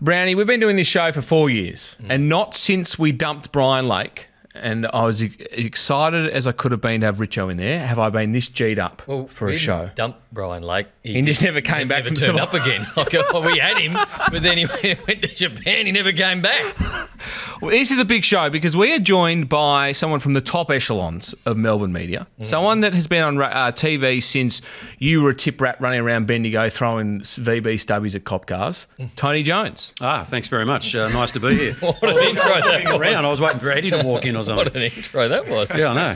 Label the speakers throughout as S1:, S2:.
S1: Brownie, we've been doing this show for four years, and not since we dumped Brian Lake. And I was ex- excited as I could have been to have Richo in there. Have I been this G'd up for a
S2: we
S1: show?
S2: Dump Brian Lake.
S1: He just never came back from
S2: never turned
S1: Samoa.
S2: up again. Like, oh, we had him, but then he went, went to Japan. He never came back.
S1: Well, this is a big show because we are joined by someone from the top echelons of Melbourne media, someone that has been on ra- uh, TV since you were a tip rat running around Bendigo throwing s- VB stubbies at cop cars. Tony Jones.
S3: Ah, thanks very much. Uh, nice to be here.
S2: What an intro that was.
S3: Around, I was waiting for Eddie to walk in or
S2: What
S3: something.
S2: an intro that was.
S3: Yeah, I know.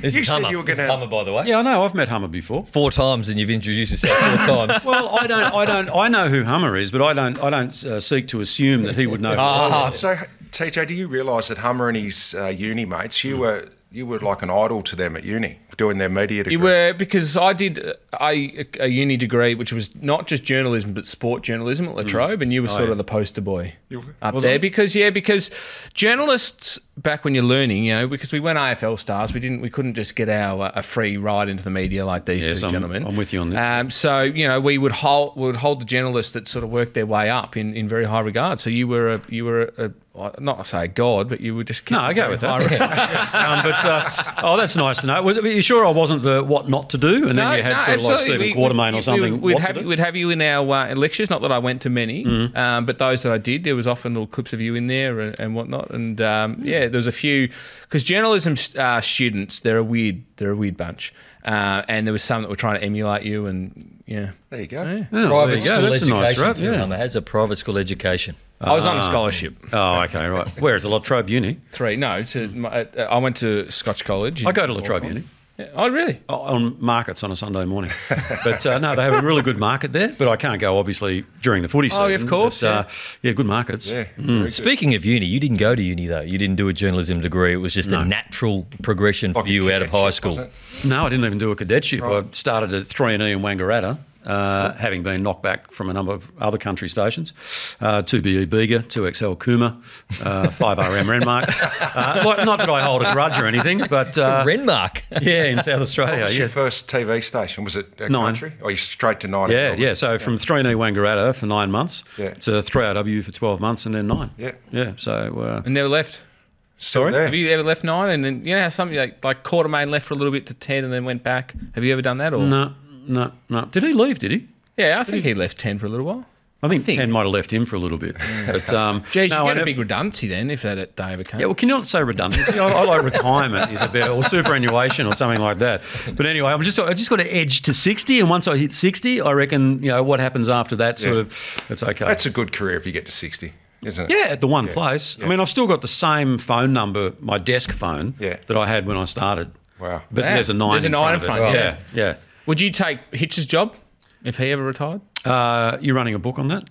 S2: This
S4: You
S2: is
S4: said
S2: Hummer.
S4: you were
S2: This is
S4: gonna-
S2: Hummer, by the way.
S3: Yeah, I know. I've met Hummer before.
S2: Four times, and you've introduced yourself four times.
S3: Well, I don't, I don't, I know who Hummer is, but I don't, I don't uh, seek to assume that he would know.
S4: So, TJ, do you realise that Hummer and his uh, uni mates,
S1: Hmm.
S4: you were you were like an idol to them at uni, doing their media degree?
S1: You were because I did uh, I, a uni degree, which was not just journalism but sport journalism
S3: Hmm.
S1: at La Trobe, and
S3: Oh,
S1: you were sort of the poster boy up there because yeah, because journalists back when you're learning, you know, because we weren't AFL stars, we didn't we couldn't just get our uh, a free ride into the media like these
S3: Yes,
S1: two
S3: I'm-
S1: gentlemen.
S3: I'm with you on this.
S1: Um, so you know, we would hold we would hold the journalists that sort of worked their way up in, in very high regard. So you were a you were a, a not to say a god, but you were just
S3: No, I go with that. um, but uh, oh, that's nice to know. Was, were you sure I wasn't the what not to do? And then you had sort of like Stephen
S1: absolutely. We-
S3: Quatermain
S1: we-
S3: or something.
S1: We, would
S3: what to
S1: have,
S3: do?
S1: we'd have you in our uh, lectures. Not that I went to many,
S3: Mm.
S1: um, but those that I did, there was often little clips of you in there and, and whatnot. And um,
S3: Mm.
S1: yeah, there was a few because journalism uh, students they're a weird they're a weird bunch, uh, and there was some that were trying to emulate you and yeah.
S4: There you go.
S3: Oh, there
S2: private
S3: you go.
S2: school
S3: That's a
S2: education.
S3: nice rap,
S2: too,
S3: yeah.
S2: Hummer has a private school education.
S1: I was on a scholarship.
S3: Oh, okay, right. Where it's a La Trobe Uni.
S1: Ah. Three, no, to my, uh, I went to Scotch College.
S3: Mm. I go to La Trobe Uni.
S1: Oh, really?
S3: Oh, on markets on a Sunday morning. But uh, no, they have a really good market there. But I can't go obviously during the footy
S1: Oh,
S3: season.
S1: yeah, of course,
S3: But, uh, yeah. good markets.
S4: Yeah.
S1: Hmm.
S2: Speaking of uni, you didn't go to uni though. You didn't do a journalism degree. It was just a natural progression for you out of high school.
S3: No, I didn't even do a cadetship. I started at three and E in Wangaratta, uh, having been knocked back from a number of other country stations. Uh, two BE Bega, two XL Kuma, uh, five RM Renmark. Uh, like, not that I hold a grudge or anything, but uh,
S2: Renmark.
S3: yeah, in South Australia,
S4: Your
S3: yeah.
S4: first TV station was it uh,
S3: Nine.
S4: country? Or you straight to nine?
S3: Yeah, yeah. So from three and E Wangaratta for nine months
S4: Yeah.
S3: to three RW for twelve months, and then nine.
S4: Yeah.
S3: yeah. So uh,
S1: And never left.
S4: Sorry.
S1: Have you ever left nine and then you know how some like like Quatermain left for a little bit to ten and then went back? Have you ever done that or
S3: No, no, no. Did he leave? Did he?
S1: Yeah, I think he left ten for a little while.
S3: I think, Ten might have left him for a little bit. But um,
S1: Geez,
S3: no,
S1: you
S3: I
S1: get a
S3: never-
S1: big redundancy then if that day ever came.
S3: Yeah, well, can you not say redundancy? I, I like retirement is a better, or superannuation or something like that. But anyway, I'm just I just got to edge to sixty, and once I hit sixty, I reckon you know what happens after that. Sort
S4: Yeah.
S3: of, it's okay.
S4: That's a good career if you get to sixty, isn't it?
S3: yeah, at the one place. I mean, I've still got the same phone number, my desk phone,
S4: Yeah.
S3: that I had when I started.
S4: Wow.
S3: But
S1: Wow.
S3: there's a nine.
S1: There's a
S3: in
S1: nine
S3: front of
S1: in front,
S3: it.
S1: yeah.
S3: yeah,
S1: Would you take Hitch's job if he ever retired?
S3: yeah. Uh, you're running a book on that?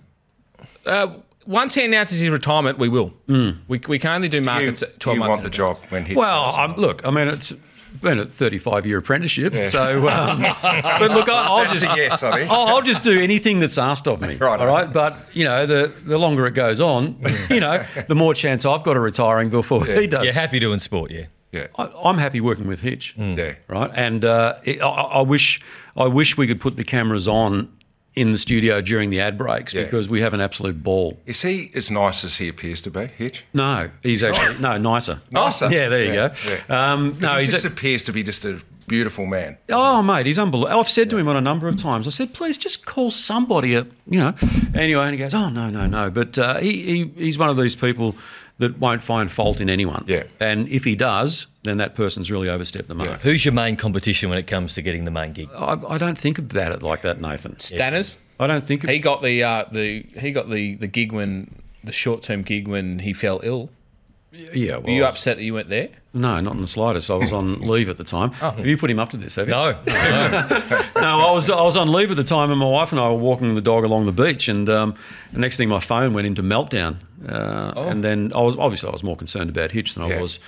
S1: Uh, once he announces his retirement, we will. We, we can only Hmm. do
S4: You,
S1: markets at twelve
S4: you
S1: months.
S4: want
S1: in
S4: the
S1: advance.
S4: job when he?
S3: Well, I'm, look, I mean, it's been a 35 year apprenticeship, so. Um, but look, I, I'll
S4: That's
S3: just
S4: a yes, I think.
S3: I'll, I'll just do anything that's asked of me.
S4: Right.
S3: All right. But you know, the the longer it goes on, you know, the more chance I've got of retiring before he does.
S2: You're happy doing sport, yeah.
S4: yeah.
S3: I, I'm happy working with Hitch.
S4: Yeah.
S3: Right. And uh, it, I, I I wish I wish we could put the cameras on in the studio during the ad breaks
S4: Yeah.
S3: because we have an absolute ball.
S4: Is he as nice as he appears to be, Hitch?
S3: No, he's actually no nicer.
S4: Nicer?
S3: Yeah, there you
S4: Yeah,
S3: go. Um, no,
S1: Oh,
S4: he
S3: he's
S4: just
S3: a,
S4: appears to be just a beautiful man.
S3: Oh, mate, he's unbelievable. I've said to him on a number of times, I said, please just call somebody, a, you know. Anyway, and he goes, oh, no, no, no. But uh, he, he, he's one of these people that won't find fault in anyone.
S4: Yeah.
S3: And if he does, then that person's really overstepped the mark.
S2: Who's your main competition when it comes to getting the main
S4: Uh,
S2: gig?
S3: I, I don't think about it like that, Nathan.
S1: Stanners.
S3: I don't think
S1: He got the uh, the he got the, the gig when the short term gig when he fell ill.
S3: Yeah, well,
S1: Were you upset that you went there?
S3: No, not in the slightest. I was on leave at the time. Have you put him up to this, have you?
S2: No.
S3: no, I was I was on leave at the time, and my wife and I were walking the dog along the beach, and um, the next thing, my phone went into meltdown, uh, and then I was obviously I was more concerned about Hitch than I
S4: Yeah.
S3: was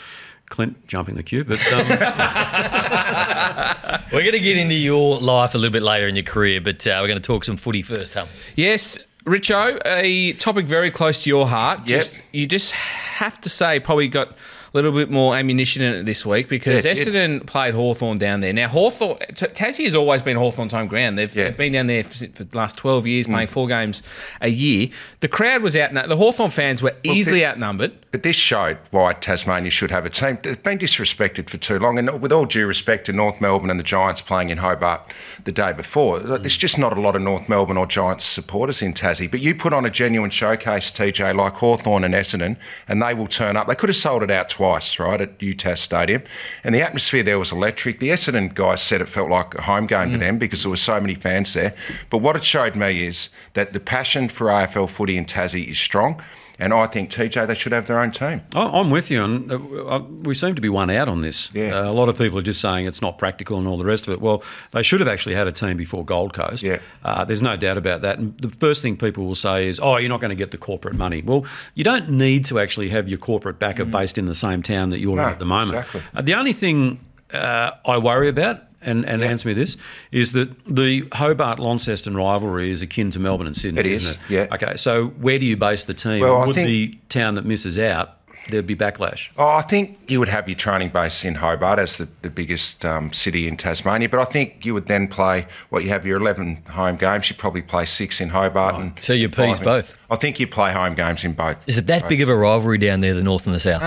S3: Clint jumping the queue, but um,
S2: We're going to get into your life a little bit later in your career, but uh, we're going to talk some footy first, Hum.
S1: Yes, Richo, a topic very close to your heart.
S4: Yep.
S1: Just you just have to say probably got little bit more ammunition in it this week because
S4: Yeah, it did.
S1: Essendon played Hawthorn down there. Now, Hawthorn, T- Tassie has always been Hawthorn's home ground. They've,
S4: Yeah. Mm.
S1: they've been down there for, for the last 12 years, playing four games a year. The crowd was outnumbered. The Hawthorn fans were easily outnumbered.
S4: But this showed why Tasmania should have a team. They've been disrespected for too long. And with all due respect to North Melbourne and the Giants playing in Hobart the day before, like, there's just not a lot of North Melbourne or Giants supporters in Tassie. But you put on a genuine showcase, TJ, like Hawthorn and Essendon, and they will turn up. They could have sold it out twice, right, at UTAS Stadium. And the atmosphere there was electric. The Essendon guys said it felt like a home game to them because there were so many fans there. But what it showed me is that the passion for AFL footy in Tassie is strong. And I think TJ, they should have their own team.
S3: I- I'm with you, and uh, uh, we seem to be one out on this.
S4: Yeah.
S3: Uh, a lot of people are just saying it's not practical and all the rest of it. Well, they should have actually had a team before Gold Coast.
S4: Yeah.
S3: Uh, there's no doubt about that. And the first thing people will say is, oh, you're not going to get the corporate money. Well, you don't need to actually have your corporate backer based in the same town that you're
S4: Mm. No,
S3: in at the moment.
S4: exactly.
S3: Uh, the only thing uh, I worry about, and, and answer me this, is that the Hobart Launceston rivalry is akin to Melbourne and Sydney,
S4: It is,
S3: isn't it?
S4: yeah.
S3: Okay, so where do you base the team?
S4: Well, I
S3: Would
S4: think-
S3: the town that misses out, there'd be backlash.
S4: Oh, I think you would have your training base in Hobart as the, the biggest um, city in Tasmania, but I think you would then play, well, you have your 11 home games. You probably play six in Hobart. and
S2: So you appease
S4: five in-
S2: both.
S4: I think you play home games in both.
S2: Is it that big of a rivalry down there, the North and the South?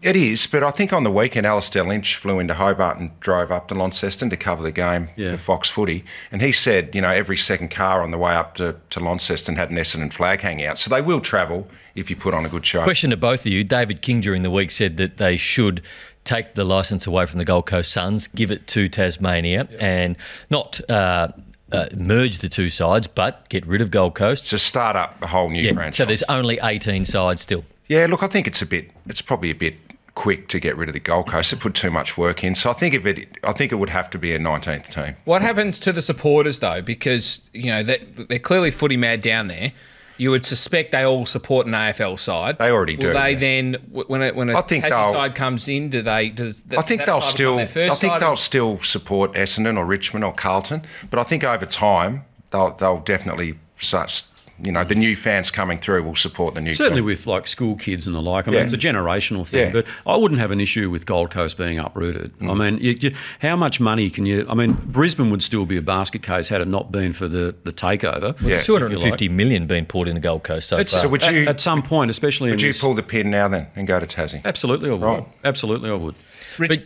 S4: It is, but I think on the weekend, Alistair Lynch flew into Hobart and drove up to Launceston to cover the game
S3: Yeah.
S4: for Fox Footy. And he said, you know, every second car on the way up to, to Launceston had an Essendon flag hanging out. So they will travel if you put on a good show.
S2: Question to both of you. David King during the week said that they should take the license away from the Gold Coast Suns, give it to Tasmania, and not uh, uh, merge the two sides, but get rid of Gold Coast.
S4: To start up a whole new
S2: Yeah,
S4: franchise.
S2: so there's only 18 sides still.
S4: Yeah, look, I think it's a bit. It's probably a bit quick to get rid of the Gold Coast. It put too much work in. So I think if it, I think it would have to be a 19th team.
S1: What happens to the supporters though? Because you know they, they're clearly footy mad down there. You would suspect they all support an AFL side.
S4: They already do,
S1: Will they
S4: yeah.
S1: then, w- when a, when a
S4: I think
S1: Tassie
S4: they'll-
S1: side comes in, do they? Does th-
S4: I think
S1: that
S4: they'll
S1: side
S4: still.
S1: become
S4: I
S1: their first
S4: think
S1: side?
S4: they'll still support Essendon or Richmond or Carlton. But I think over time they'll they'll definitely such. You know, the new fans coming through will support the new
S3: Certainly
S4: team.
S3: with like school kids and the like. I mean,
S4: Yeah.
S3: it's a generational thing,
S4: Yeah. Mm.
S3: but I wouldn't have an issue with Gold Coast being uprooted. I mean, you, you, how much money can you? I mean, Brisbane would still be a basket case had it not been for the, the takeover.
S4: Yeah.
S2: There's 250 million being poured into Gold Coast so
S3: It's-
S2: far.
S4: So would
S3: at,
S4: you-
S3: at some point, especially
S4: Would
S3: in
S4: you
S3: this-
S4: pull the pin now then and go to Tassie?
S3: Absolutely, I would. Absolutely, I would.
S2: But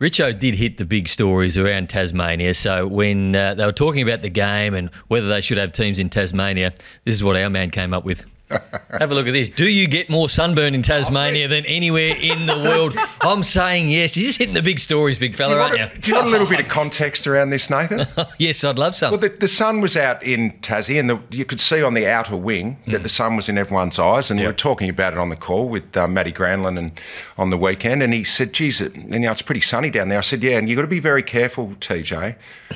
S2: Richo did hit the big stories around Tasmania. So when uh, they were talking about the game and whether they should have teams in Tasmania, this is what our man came up with. have a look at this. Do you get more sunburn in Tasmania than anywhere in the world? I'm saying yes. You're just hitting the big stories, big fella,
S4: Do you
S2: aren't
S4: want a-
S2: you?
S4: do you want a little bit of context around this, Nathan?
S2: Yes, I'd love some.
S4: Well, the, the sun was out in Tassie, and the, you could see on the outer wing that the sun was in everyone's eyes. And we were talking about it on the call with uh, Matty Granlin and on the weekend, and he said, "Geez, it, you know, it's pretty sunny down there." I said, "Yeah, and you've got to be very careful, TJ,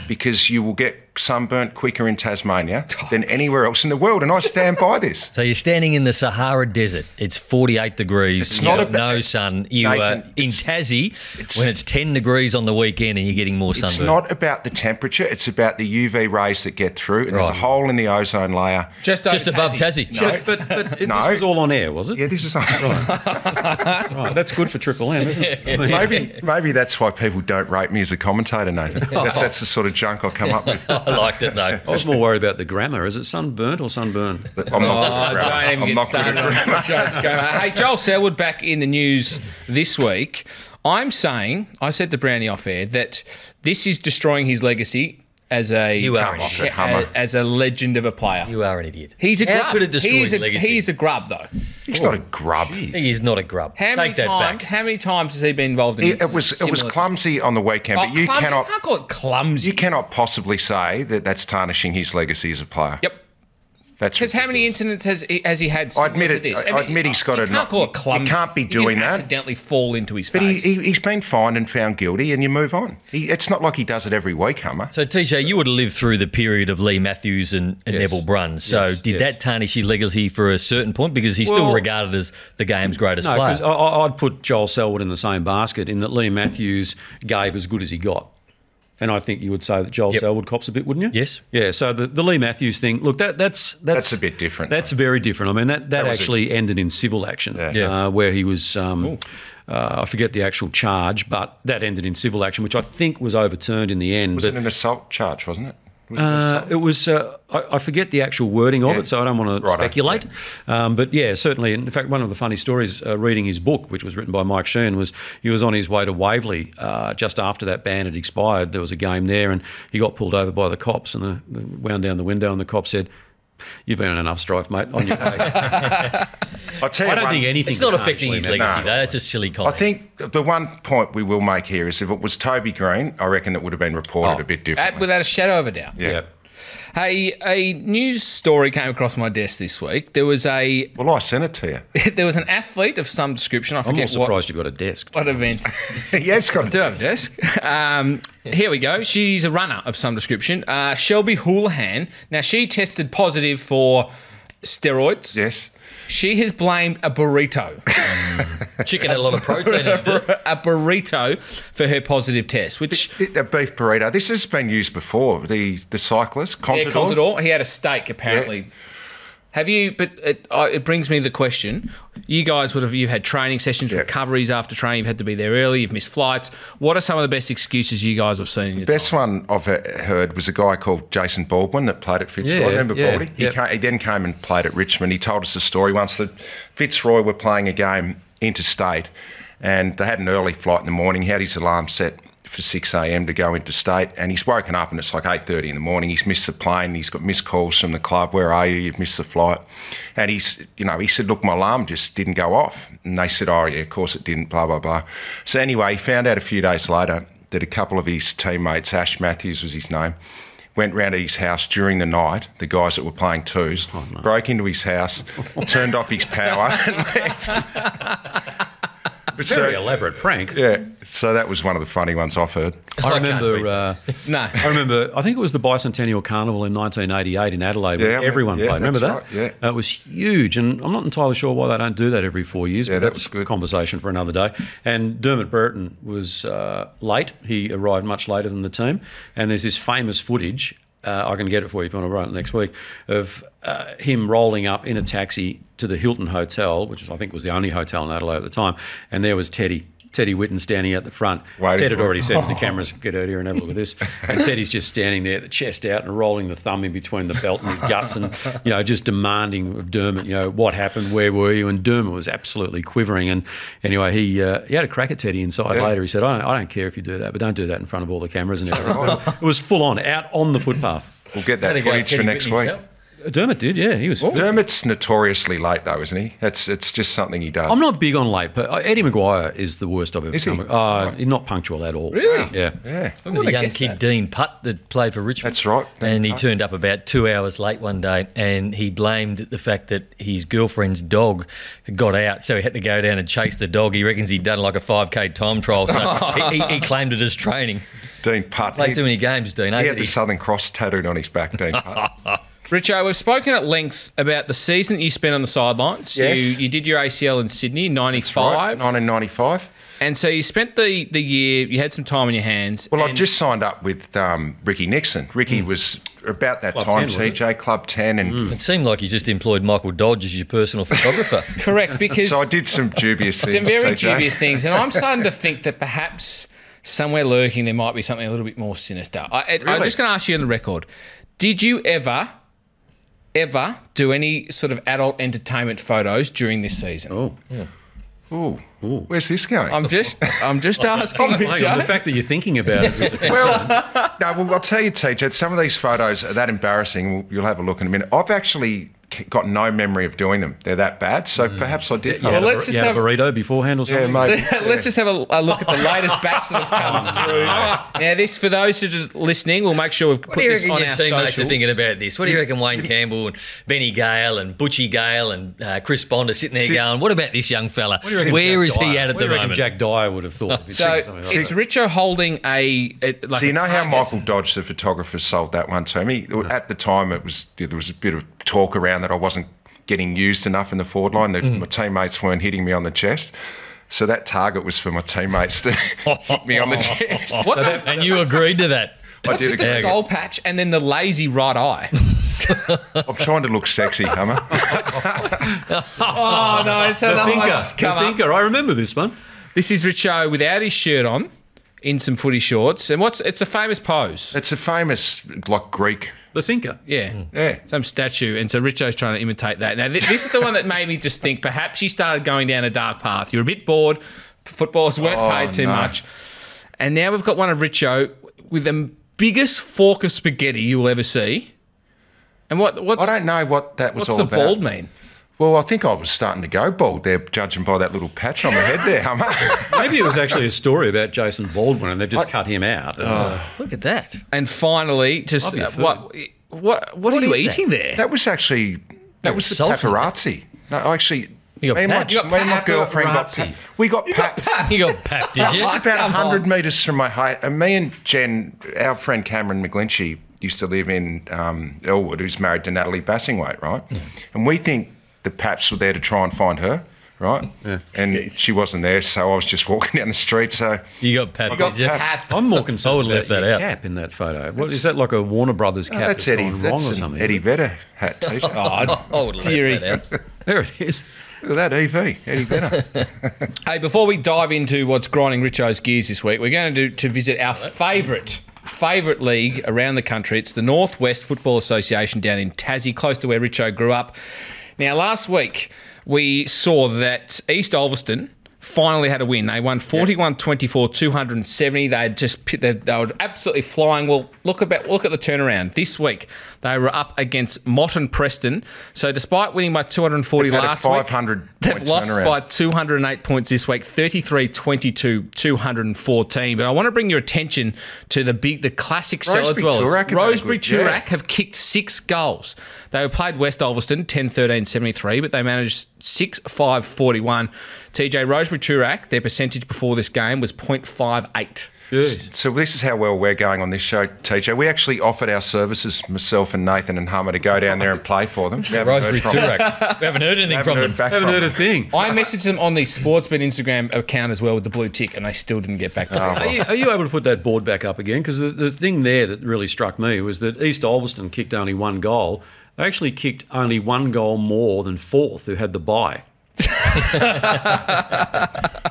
S4: because you will get sunburnt quicker in Tasmania than anywhere else in the world." And I stand by this.
S2: so you're standing in the Sahara Desert. It's 48 degrees.
S4: It's
S2: you
S4: not
S2: got
S4: a ba-
S2: no sun. You
S4: Nathan,
S2: are in
S4: it's-
S2: Tassie when it's 10 degrees on the weekend and you're getting more
S4: It's
S2: sunburn.
S4: not about the temperature; it's about the UV rays that get through. And There's a
S2: Right.
S4: hole in the ozone layer.
S1: just, over
S2: Just above Tassie.
S3: Yes, but, but it,
S4: No.
S3: this was all on air, was it?
S4: Yeah, this is
S3: Right, that's good for Triple M, isn't it? I mean,
S4: maybe maybe that's why people don't rate me as a commentator, Nathan. That's, that's the sort of junk I come up with.
S1: Oh,
S2: I liked it though.
S3: I was more worried about the grammar. Is it sunburnt or sunburn?
S4: I'm not
S1: Oh,
S4: good at grammar.
S1: don't even
S4: I'm
S1: get
S4: not good at
S1: started on
S4: grammar.
S1: that. Just go. Hey, Joel Selwood back in the news this week. I'm saying, I said to Brownie off air that this is destroying his legacy as a
S2: You are an
S1: as
S2: idiot.
S1: a- as a legend of a player.
S2: You are an idiot.
S1: He's a
S2: How
S1: grub.
S2: could it destroy
S1: he's
S2: his
S1: a,
S2: legacy?
S1: He's a grub, though.
S4: He's not a grub.
S2: He is not a grub.
S1: How
S2: Take
S1: many
S2: that
S1: times?
S2: back.
S1: How many times has he been involved in
S4: It, it was it was
S1: similar-
S4: clumsy on the weekend,
S1: Oh,
S4: but you
S1: clum-
S4: cannot
S1: can't call it clumsy.
S4: you cannot possibly say that that's tarnishing his legacy as a player.
S1: yep.
S4: that's
S1: Because how many incidents
S4: ridiculous.
S1: has he, has he had?
S4: I
S1: Similar
S4: admit
S1: to
S4: it.
S1: This?
S4: I- I admit he's got
S1: you
S4: a
S1: Can't
S4: knock-
S1: call
S4: you-
S1: it clumsy.
S4: you can't be
S1: He didn't
S4: doing that.
S1: Accidentally fall into his
S4: But he,
S1: face.
S4: he, he's been fined and found guilty, and you move on. He, it's not like he does it every week, Hummer.
S2: So, TJ, you would have lived through the period of Lee Matthews and, and
S3: Yes.
S2: Neville Brun. So,
S3: Yes,
S2: did
S3: yes.
S2: that tarnish his legacy for a certain point? Because he's still
S3: Well-
S2: regarded as the game's greatest
S3: No,
S2: player.
S3: because I'd put Joel Selwood in the same basket in that Liam Matthews gave as good as he got. And I think you would say that Joel
S2: Yep.
S3: Selwood cops a bit, wouldn't you?
S2: Yes.
S3: Yeah. So the, the Lee Matthews thing, look, that that's that's,
S4: That's a bit different,
S3: That's very different. I mean, that that,
S4: That was a-
S3: actually ended in civil action,
S2: Yeah.
S3: Uh, where he was. Um, uh, I forget the actual charge, but that ended in civil action, which I think was overturned in the end.
S4: Was
S3: but
S4: it an assault charge, wasn't it? Was it an
S3: uh,
S4: assault?
S3: it was. Uh, I, I forget the actual wording of
S4: Yeah.
S3: it, so I don't want to
S4: Righto,
S3: speculate. Um, but yeah, certainly. In fact, one of the funny stories uh, reading his book, which was written by Mike Sheen, was he was on his way to Waverley uh, just after that ban had expired. There was a game there, and he got pulled over by the cops, and the, the wound down the window, and the cop said. You've been in enough strife, mate. On your way.
S4: I'll tell you
S3: I don't
S4: one-
S3: think anything.
S2: It's not
S3: can
S2: affecting
S3: actually
S2: his
S3: matter.
S2: legacy,
S4: No.
S2: though. That's a silly
S4: I
S2: comment.
S4: think the one point we will make here is if it was Toby Green, I reckon it would have been reported a bit
S1: At-
S4: differently.
S1: without a shadow of a doubt.
S4: yeah.
S1: Hey, a news story came across my desk this week. There was a
S4: Well, I sent it to you.
S1: there was an athlete of some description. I
S3: I'm more
S1: forget what,
S3: surprised you've got a desk.
S1: what event.
S4: yeah, it's got
S1: do have a desk. Um, here we go. She's a runner of some description. Uh, Shelby Houlihan. Now, she tested positive for steroids.
S4: Yes.
S1: She has blamed a burrito,
S2: Chicken had a lot of protein in it. didn't it?
S1: a burrito for her positive test, which.
S4: A beef burrito. This has been used before. The the cyclist,
S1: Yeah,
S4: Contador.
S1: Contador. He had a steak, apparently. Have you? But it, I it brings me the question: You guys would have you've had training sessions,
S4: Yeah.
S1: recoveries after training. You've had to be there early. You've missed flights. What are some of the best excuses you guys have seen? In your
S4: Best one I've he- heard was a guy called Jason Baldwin that played at Fitzroy.
S3: Yeah,
S4: Remember
S3: yeah,
S4: Baldy? He,
S3: yeah.
S4: ca- he then came and played at Richmond. He told us the story once that Fitzroy were playing a game interstate and they had an early flight in the morning. He had his alarm set for 6am to go interstate and he's woken up and it's like 8.30 in the morning. He's missed the plane. He's got missed calls from the club. Where are you? You've missed the flight. And he's, you know, he said, look, my alarm just didn't go off. And they said, oh yeah, of course it didn't, blah, blah, blah. So anyway, he found out a few days later that a couple of his teammates, Ash Matthews was his name, went round to his house during the night, the guys that were playing twos,
S2: Oh,
S4: broke into his house, turned off his power, and left. But
S3: Very
S4: so,
S3: elaborate prank.
S4: yeah, so that was one of the funny ones I've heard.
S3: I
S2: can't
S3: remember. Uh,
S1: No.
S3: I remember. I think it was the Bicentennial Carnival in 1988 in Adelaide,
S4: Yeah,
S3: where
S4: I remember-
S3: everyone
S4: yeah,
S3: played. Remember that?
S4: that's right, yeah.
S3: Uh, it was huge, and I'm not entirely sure why they don't do that every four years.
S4: Yeah,
S3: but
S4: that
S3: that's
S4: was good.
S3: a conversation for another day. And Dermot Burton was uh, late. He arrived much later than the team. And there's this famous footage. Uh, I can get it for you if you want to write it next week of uh, him rolling up in a taxi to the Hilton Hotel, which is, I think was the only hotel in Adelaide at the time. And there was Teddy. Teddy Whitten standing at the front.
S4: Waiting
S3: Ted had
S4: for him.
S3: already said to the cameras, get out here and have a look at this. And Teddy's just standing there, the chest out and rolling the thumb in between the belt and his guts and, you know, just demanding of Dermot, you know, what happened, where were you? And Dermot was absolutely quivering. And anyway, he uh, he had a crack at Teddy inside later. He said, I don't, I don't care if you do that, but don't do that in front of all the cameras and everyone. it was full on, out on the footpath.
S4: We'll get that
S2: Had to go
S4: footage for
S2: Teddy
S4: next
S2: Whitney
S4: week.
S2: himself.
S3: Dermot did, yeah. He was
S4: Dermot's notoriously late, though, isn't he? That's it's just something he does.
S3: I'm not big on late, but uh, Eddie Maguire is the worst I've ever
S4: Is he?
S3: come. Uh, he's not punctual at all.
S1: Really?
S3: Yeah.
S4: yeah,
S2: Remember the young
S1: guessed
S2: kid Dean Putt that played for Richmond.
S4: That's right, Dean
S2: and he
S4: Putt.
S2: turned up about two hours late one day, and he blamed the fact that his girlfriend's dog got out, so he had to go down and chase the dog. He reckons he'd done like a five k time trial, so he, he, he claimed it as training.
S4: Dean Putt.
S2: Played
S4: he,
S2: too many games, Dean. eh,
S4: he had
S2: did
S4: the
S2: he?
S4: Southern Cross tattooed on his back, Dean Putt.
S1: Richo, we've spoken at length about the season that you spent on the sidelines.
S4: Yes.
S1: You, you did your ACL in Sydney, in 95.
S4: 1995.
S1: And so you spent the, the year, you had some time on your hands.
S4: Well, I
S1: and-
S4: just signed up with um, Ricky Nixon. Ricky
S2: Hmm.
S4: was about that
S3: Club
S4: time,
S3: 10, was it?
S4: CJ Club 10, and
S2: It seemed like you just employed Michael Dodge as your personal photographer.
S1: Correct, because
S4: so I did some dubious things.
S1: some very
S4: TJ.
S1: dubious things, and I'm starting to think that perhaps somewhere lurking there might be something a little bit more sinister. I, I, I'm
S4: Really?
S1: just going to ask you on the record: Did you ever, ever do any sort of adult entertainment photos during this season?
S4: Oh.
S3: Oh.
S4: Ooh, where's this going?
S1: I'm just, I'm just asking.
S3: Hang on, the
S1: Richo.
S3: fact that you're thinking about it. is a-
S4: well, no, well, I'll tell you, TJ, some of these photos are that embarrassing. We'll- You'll have a look in a minute. I've actually c- got no memory of doing them. They're that bad. So perhaps I did.
S1: Well,
S3: You had
S1: let's
S3: a,
S1: just
S3: you had a
S1: have-
S3: burrito beforehand or
S4: Mm. yeah,
S3: something.
S4: maybe.
S1: Let's just have a, a look at the latest batch that have come through. Now, this for those who are listening, we'll make sure we've put
S2: What do you
S1: this
S2: reckon
S1: on
S2: your
S1: our
S2: teammates are
S1: socials.
S2: thinking about this? What do you reckon Wayne Campbell and Benny Gale and Butchie Gale and uh, Chris Bond are sitting there
S4: See-
S2: going, what about this young fella? Where is he at at the moment?
S3: Jack Dyer would have thought.
S1: So it's Richo holding a, a like
S4: so you
S1: a
S4: know how
S1: target.
S4: Michael Dodge, the photographer, sold that one to me. At the time, it was there was a bit of Mm. talk around that I wasn't getting used enough in the forward line. That my teammates weren't hitting me on the chest. So that target was for my teammates to hit me on the chest.
S1: What's,
S2: And you agreed to that.
S4: I
S1: what's
S4: did
S1: with the
S4: it.
S1: soul patch and then the lazy right eye?
S4: I'm trying to look sexy, Hummer.
S1: oh no, it's another
S3: Thinker,
S1: one just come
S3: the
S1: up.
S3: thinker. I remember this one.
S1: This is Richo without his shirt on, in some footy shorts, and what's it's a famous pose.
S4: It's a famous like Greek.
S3: The thinker.
S1: Yeah.
S4: Yeah.
S1: Some statue, and so Richo's trying to imitate that. Now, th- this is the one that made me just think. Perhaps you started going down a dark path. You're a bit bored. Footballers weren't
S4: Oh,
S1: paid too
S4: no.
S1: much, and now we've got one of Richo with the biggest fork of spaghetti you'll ever see. And what
S4: I
S1: what's,
S4: don't know what that was
S1: what's
S4: all
S1: the
S4: about.
S1: bald mean?
S4: Well, I think I was starting to go bald there, judging by that little patch on my head there, Hummer.
S3: Maybe it was actually a story about Jason Baldwin, and they've just cut him out. Uh,
S2: Look at that.
S1: And finally, just
S3: Love your
S1: uh, what, what what are you
S2: is that?
S1: eating there?
S4: that was actually that was the
S2: Salty.
S4: paparazzi. No, I actually, me
S2: You got
S4: and my,
S2: pat- you got
S4: me and my girlfriend got
S3: paparazzi.
S4: pat. We got pat.
S2: You got papped, did
S4: It
S2: you?
S4: was about 100 metres from my height. And me and Jen, our friend Cameron McGlinchey, used to live in um, Elwood, who's married to Natalie Bassingwaite, right?
S3: Hmm.
S4: And we think the Paps were there to try and find her, right? And she wasn't there, so I was just walking down the street. So
S2: You got papped, did you?
S3: I'm more concerned
S2: I would've
S3: about
S2: left that
S3: your
S2: out.
S3: cap in that photo. What is that like a Warner Brothers cap
S4: that's
S3: that's,
S4: Eddie.
S3: gone
S4: That's
S3: wrong or
S4: an
S3: something? is
S4: Eddie
S3: it? Oh,
S4: Vedder hat t-shirt.
S2: I would let that out.
S3: There it is.
S4: Look at that EV, Eddie Vedder.
S1: Hey, before we dive into what's grinding Richo's gears this week, we're going to do, to visit our favourite favourite league around the country. It's the Northwest Football Association down in Tassie, close to where Richo grew up. Now, last week we saw that East Ulverston finally had a win. They won 41-24, 270. They had just pi- they, they were absolutely flying. Well, look about look at the turnaround. This week they were up against Mott and Preston. So despite winning by 240
S4: They've had a
S1: last
S4: 500
S1: week, they've
S4: point
S1: lost
S4: turnaround.
S1: by 208 points this week, 33 22, 214. But I want to bring your attention to the big, the classic cellar
S4: Rosebery
S1: dwellers.
S4: Toorak have had a
S1: Rosebery
S4: good- yeah.
S1: Turak have kicked six goals. They played West Ulverston 10 13 73, but they managed 6 5 41. TJ Rosebery Turak, their percentage before this game was 0.58.
S4: so this is how well we're going on this show, TJ. We actually offered our services, myself and Nathan and Hummer, to go down there and play for them. We haven't heard
S2: Rosebery
S4: from them.
S2: Turak. We haven't heard anything
S4: Haven't
S2: from
S4: heard
S2: them.
S4: back
S3: Haven't
S4: from
S3: heard a
S4: them.
S3: thing.
S1: I messaged them on the Sportsbet Instagram account as well with the blue tick, and they still didn't get back to
S4: Oh.
S1: us.
S3: Are you, are you able to put that board back up again? Because the, the thing there that really struck me was that East Ulverston kicked only one goal. They actually kicked only one goal more than fourth, who had the bye.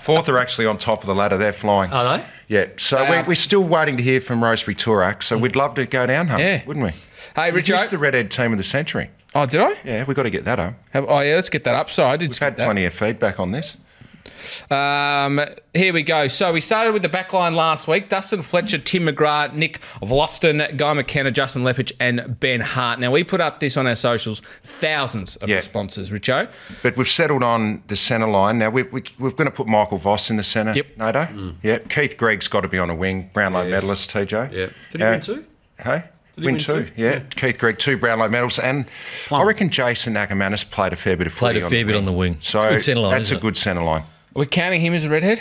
S4: Fourth are actually on top of the ladder. They're flying.
S3: Are they?
S4: Yeah. So we're, we're still waiting to hear from Rosebery Turak. So we'd love to go down, home,
S1: Yeah.
S4: wouldn't we?
S1: Hey,
S4: We
S1: Richo.
S4: missed the redhead team of the century.
S1: Oh, did I?
S4: Yeah, we've got to get that up.
S1: Have, oh, yeah, let's get that up. So I did
S4: We've
S1: skip
S4: had
S1: that.
S4: plenty of feedback on this.
S1: Um, here we go. So we started with the back line last week. Dustin Fletcher, Tim McGrath, Nick Vlosten, Guy McKenna, Justin Lepage, and Ben Hart. Now, we put up this on our socials. Thousands of
S4: Yeah.
S1: responses, Richo.
S4: But we've settled on the centre line. Now, we, we, we're going to put Michael Voss in the centre.
S1: Yep.
S4: Nado? Yeah. Keith Gregg's got to be on a wing. Brownlow medalist, TJ.
S3: Yeah. Did he
S4: Uh,
S3: win two?
S4: Hey? win,
S3: win
S4: two,
S3: two?
S4: Yeah. Keith Gregg, two Brownlow medals. And I reckon Jason Ackermanis played a fair bit of
S2: Played
S4: footy
S2: a fair
S4: on the
S2: bit on the wing. it's
S4: So
S2: a good centre line,
S4: that's
S2: isn't
S4: a good centre line.
S1: Are we counting him as a redhead?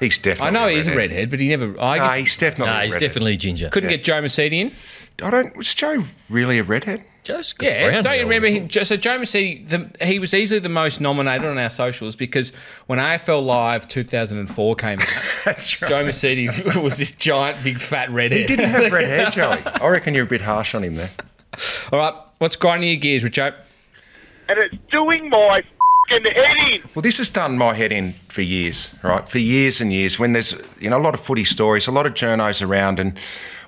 S4: He's
S1: I
S4: definitely
S1: know
S4: a
S1: he's a
S4: redhead.
S1: redhead, but he never. I
S4: No,
S1: guess
S4: he's
S2: it?
S4: definitely
S2: Nah,
S4: a
S2: he's
S4: redhead.
S2: definitely ginger.
S1: couldn't get Joe Mercedes in.
S4: I don't. Was Joe really a redhead?
S2: Joe's got
S1: Yeah,
S2: brown
S1: don't you
S2: hair.
S1: remember? He, Jo- so Joe Massey, the, he was easily the most nominated on our socials because when AFL Live 2004 came out,
S4: That's right.
S1: Joe Massey was this giant, big, fat redhead.
S4: He didn't have red hair, Joey. I reckon you're a bit harsh on him there.
S1: All right, what's grinding your gears, Richo?
S5: and it's doing my fing head in.
S4: Well, this has done my head in for years, right? For years and years. When there's you know a lot of footy stories, a lot of journos around, and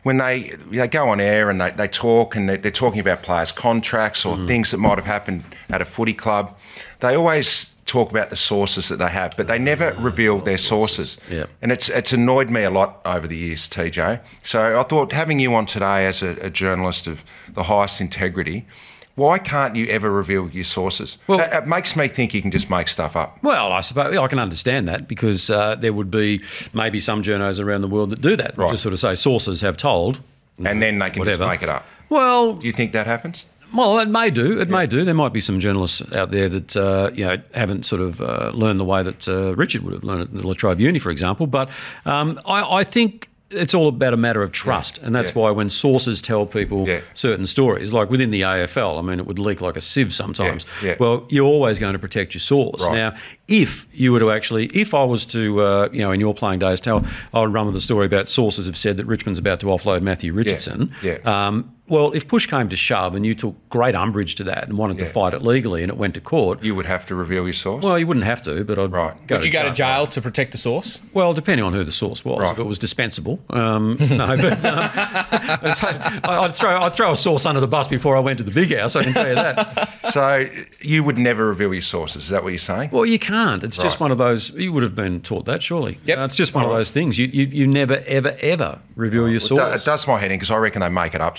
S4: when they they go on air and they, they talk and they're, they're talking about players' contracts or things that might have happened at a footy club, they always talk about the sources that they have, but they never reveal their sources.
S3: Yep.
S4: And it's it's annoyed me a lot over the years, TJ. So I thought having you on today as a, a journalist of the highest integrity. Why can't you ever reveal your sources? Well,
S3: Well-
S4: it, it makes me think you can just make stuff up.
S3: Well, I suppose I can understand that because uh, there would be maybe some journos around the world that do that.
S4: Right.
S3: Just sort of say sources have told.
S4: and then they can
S3: Whatever.
S4: just make it up.
S3: Well,
S4: Do you think that happens?
S3: well, it may do. It may do. There might be some journalists out there that uh, you know haven't sort of uh, learned the way that uh, Richard would have learned it in the La Tribune, for example. But um, I, I think it's all about a matter of trust, and that's
S4: yeah.
S3: why when sources tell people
S4: Yeah.
S3: certain stories, like within the AFL, I mean, it would leak like a sieve sometimes.
S4: yeah.
S3: Well, you're always going to protect your source.
S4: Right.
S3: Now, if you were to actually, if I was to, uh, you know, in your playing days, tell, I would run with a story about sources have said that Richmond's about to offload Matthew Richardson.
S4: yeah.
S3: Um, well, if push came to shove and you took great umbrage to that and wanted to
S4: Yeah.
S3: fight it legally and it went to court,
S4: You would have to reveal your source.
S3: well, you wouldn't have to, but I'd
S4: Right.
S3: go
S1: Would you go to jail to protect the source?
S3: well, depending on who the source was,
S4: Right.
S3: if it was dispensable, um, no. But uh, I'd, I'd throw I'd throw a source under the bus before I went to the big house. I can tell you that.
S4: so you would never reveal your sources. Is that what you're saying?
S3: Well, you can't. It's just
S4: Right.
S3: one of those. You would have been taught that, surely.
S1: Yep.
S3: Uh, it's just one of those things. You, you you never ever ever reveal your
S4: Well, that-
S3: source.
S4: that's my heading because I reckon they make it up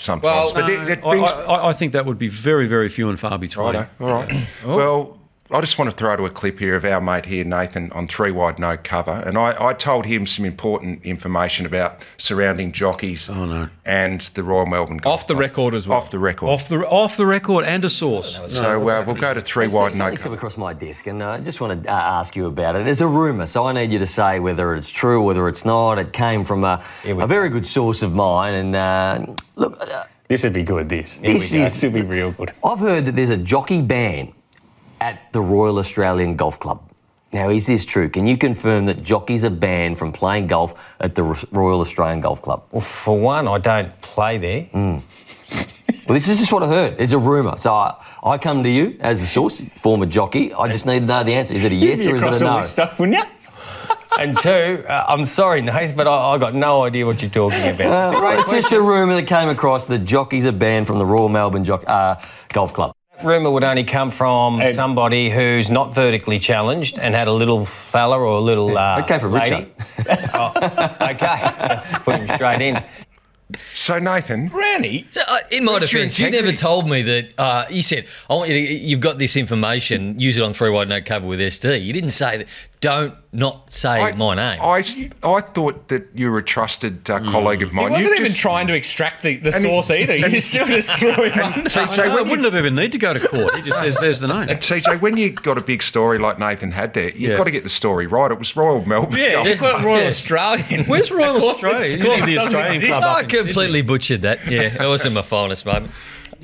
S1: Well,
S4: sometimes. but it, it
S3: I,
S4: brings.
S3: I, I think that would be very very few and far between.
S4: Righto. All right.
S1: Oh.
S4: Well, I just want to throw to a clip here of our mate here, Nathan, on three wide no cover, and I, I told him some important information about surrounding jockeys. Oh no. And the Royal Melbourne. Golf
S1: Off the record as well.
S4: Off the record.
S3: Off the off the record and a source.
S4: so uh, we'll go to three wide no
S6: It's come
S4: cover.
S6: across my desk, and uh, I just want to uh, ask you about it. It's a rumour, so I need you to say whether it's true, whether it's not. It came from a, a very good source of mine, and uh, look, uh,
S7: This would be good, this. Here
S6: This
S7: we go.
S6: is-
S7: This would be real good.
S6: I've heard that there's a jockey ban at the Royal Australian Golf Club. Now, is this true? Can you confirm that jockeys are banned from playing golf at the Royal Australian Golf Club?
S7: Well, for one, I don't play there.
S6: Well, this is just what I heard. It's a rumour. So I, I come to you as the source, former jockey. I just need to know the answer. Is it a yes
S7: You'd
S6: or
S7: be
S6: is it
S7: across
S6: a
S7: all
S6: no?
S7: this stuff, wouldn't you?
S6: And two,
S7: Uh, I'm sorry, Nath, but I, I got no idea what you're talking about.
S6: uh, right, it's just a rumour that came across that jockeys are banned from the Royal Melbourne Jock uh, Golf Club.
S7: Rumour would only come from somebody who's not vertically challenged and had a little fella or a little uh,
S6: It came from
S7: lady. oh, okay, put him straight in.
S4: So Nathan,
S1: Granny.
S2: So, uh, in my
S4: Where's your
S2: defence, you never
S4: integrity?
S2: told me that. Uh, you said, "I want you to. You've got this information. Use it on three wide no cover with SD." You didn't say that. Don't not say
S4: I,
S2: my name.
S4: I, s- I thought that you were a trusted uh, colleague of
S1: Mm. He
S4: mine.
S1: wasn't
S4: You
S1: even
S4: just-
S1: trying to extract the, the
S4: And he-
S1: source either. You
S4: and he-
S1: just still just threw him under.
S4: TJ,
S3: I
S4: when you-
S3: wouldn't have even need to go to court. He just says there's the name.
S4: TJ, when you got a big story like Nathan had there, you've
S3: Yeah.
S4: got to get the story right. It was Royal Melbourne.
S1: Yeah, you call it Royal Australian.
S3: Where's Royal
S1: Of course-
S3: Australia?
S1: of course
S3: Isn't it the
S1: it doesn't
S3: Australian
S1: exist.
S3: club
S2: I completely butchered that. Yeah, it wasn't my finest moment.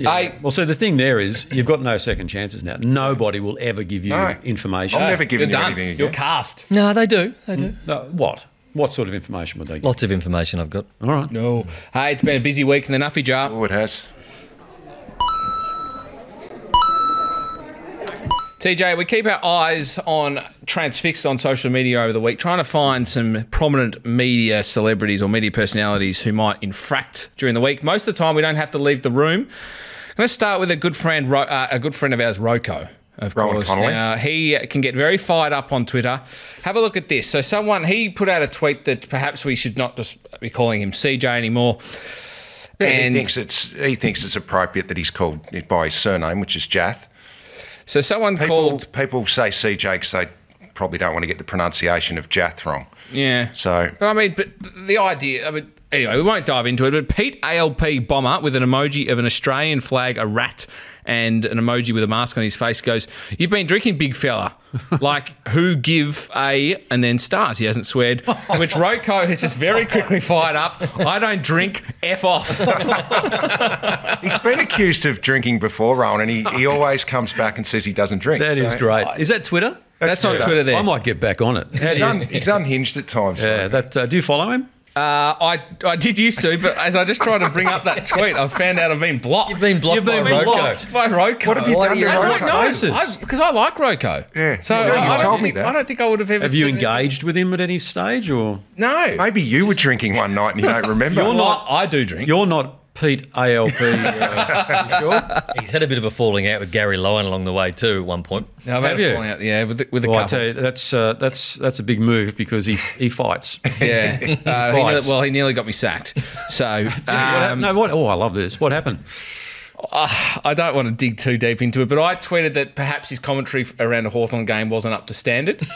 S1: I-
S3: Well, so the thing there is, you've got no second chances now. Nobody will ever give you
S4: No.
S3: information.
S4: I'll never give
S1: you're
S4: you
S1: done.
S4: anything
S1: You're
S4: again.
S1: cast.
S2: No, they do. They do.
S3: No, what? What sort of information would they give?
S2: Lots of information I've got.
S3: All right.
S1: No. Hey, it's been a busy week in the Nuffy Jar.
S4: Oh, it has.
S1: TJ, we keep our eyes on transfixed on social media over the week, trying to find some prominent media celebrities or media personalities who might infract during the week. Most of the time, we don't have to leave the room. Let's start with a good friend, Ro- uh, a good friend of ours, Rocco. Of
S4: Rowan
S1: course,
S4: Connolly.
S1: now he can get very fired up on Twitter. Have a look at this. So, someone he put out a tweet that perhaps we should not just be calling him CJ anymore.
S4: he thinks it's he thinks it's appropriate that he's called by his surname, which is Jath.
S1: So, someone
S4: People
S1: called
S4: people say CJ because they probably don't want to get the pronunciation of Jath wrong.
S1: Yeah.
S4: So-
S1: but I mean, but the idea. I mean, anyway, we won't dive into it. But Pete ALP bomber with an emoji of an Australian flag, a rat, and an emoji with a mask on his face goes, "You've been drinking, big fella." like who give a and then stars. He hasn't sweared. To which Roko has just very quickly fired up. I don't drink. F off.
S4: He's been accused of drinking before, Rowan, and he, he always comes back and says he doesn't drink.
S3: That is
S4: So
S3: great. Is that Twitter?
S1: That's on Twitter. There.
S3: I might get back on it. How do
S4: He's,
S3: you-
S4: un, he's unhinged at times.
S3: yeah, that, uh, do you follow him?
S1: Uh, I I did used to, but as I just tried to bring up that tweet, I found out I've been blocked.
S2: You've been blocked
S1: You've been
S2: by Roko.
S1: blocked by Roko.
S4: What have you Why done do you to
S1: I
S4: have
S1: don't
S4: Roko?
S1: know.
S3: Racist.
S1: Because I like Roko.
S4: Yeah.
S1: So
S4: Yeah, you
S1: I, I
S4: told
S1: don't,
S4: me
S1: think-
S4: that.
S1: I don't think I would have ever.
S3: Have you
S1: seen-
S3: engaged with him at any stage, or
S1: No.
S4: Maybe you were drinking one night and you don't remember.
S1: Well, I, I do drink.
S3: you're not Pete ALP? Uh, you sure.
S2: He's had a bit of a falling out with Gary Lyon along the way too. At one point,
S1: No, I've had
S3: Have
S1: a
S3: you?
S1: falling out, Yeah, with the, with the
S3: Well, I
S1: couple.
S3: tell you, that's uh, that's that's a big move because he he fights.
S1: Yeah. Uh, he
S3: Fights.
S1: nearly, well, he nearly got me sacked. So
S3: What hap-
S1: um,
S3: no, what? Oh, I love this. What happened?
S1: I don't want to dig too deep into it, but I tweeted that perhaps his commentary f- around the Hawthorn game wasn't up to standard.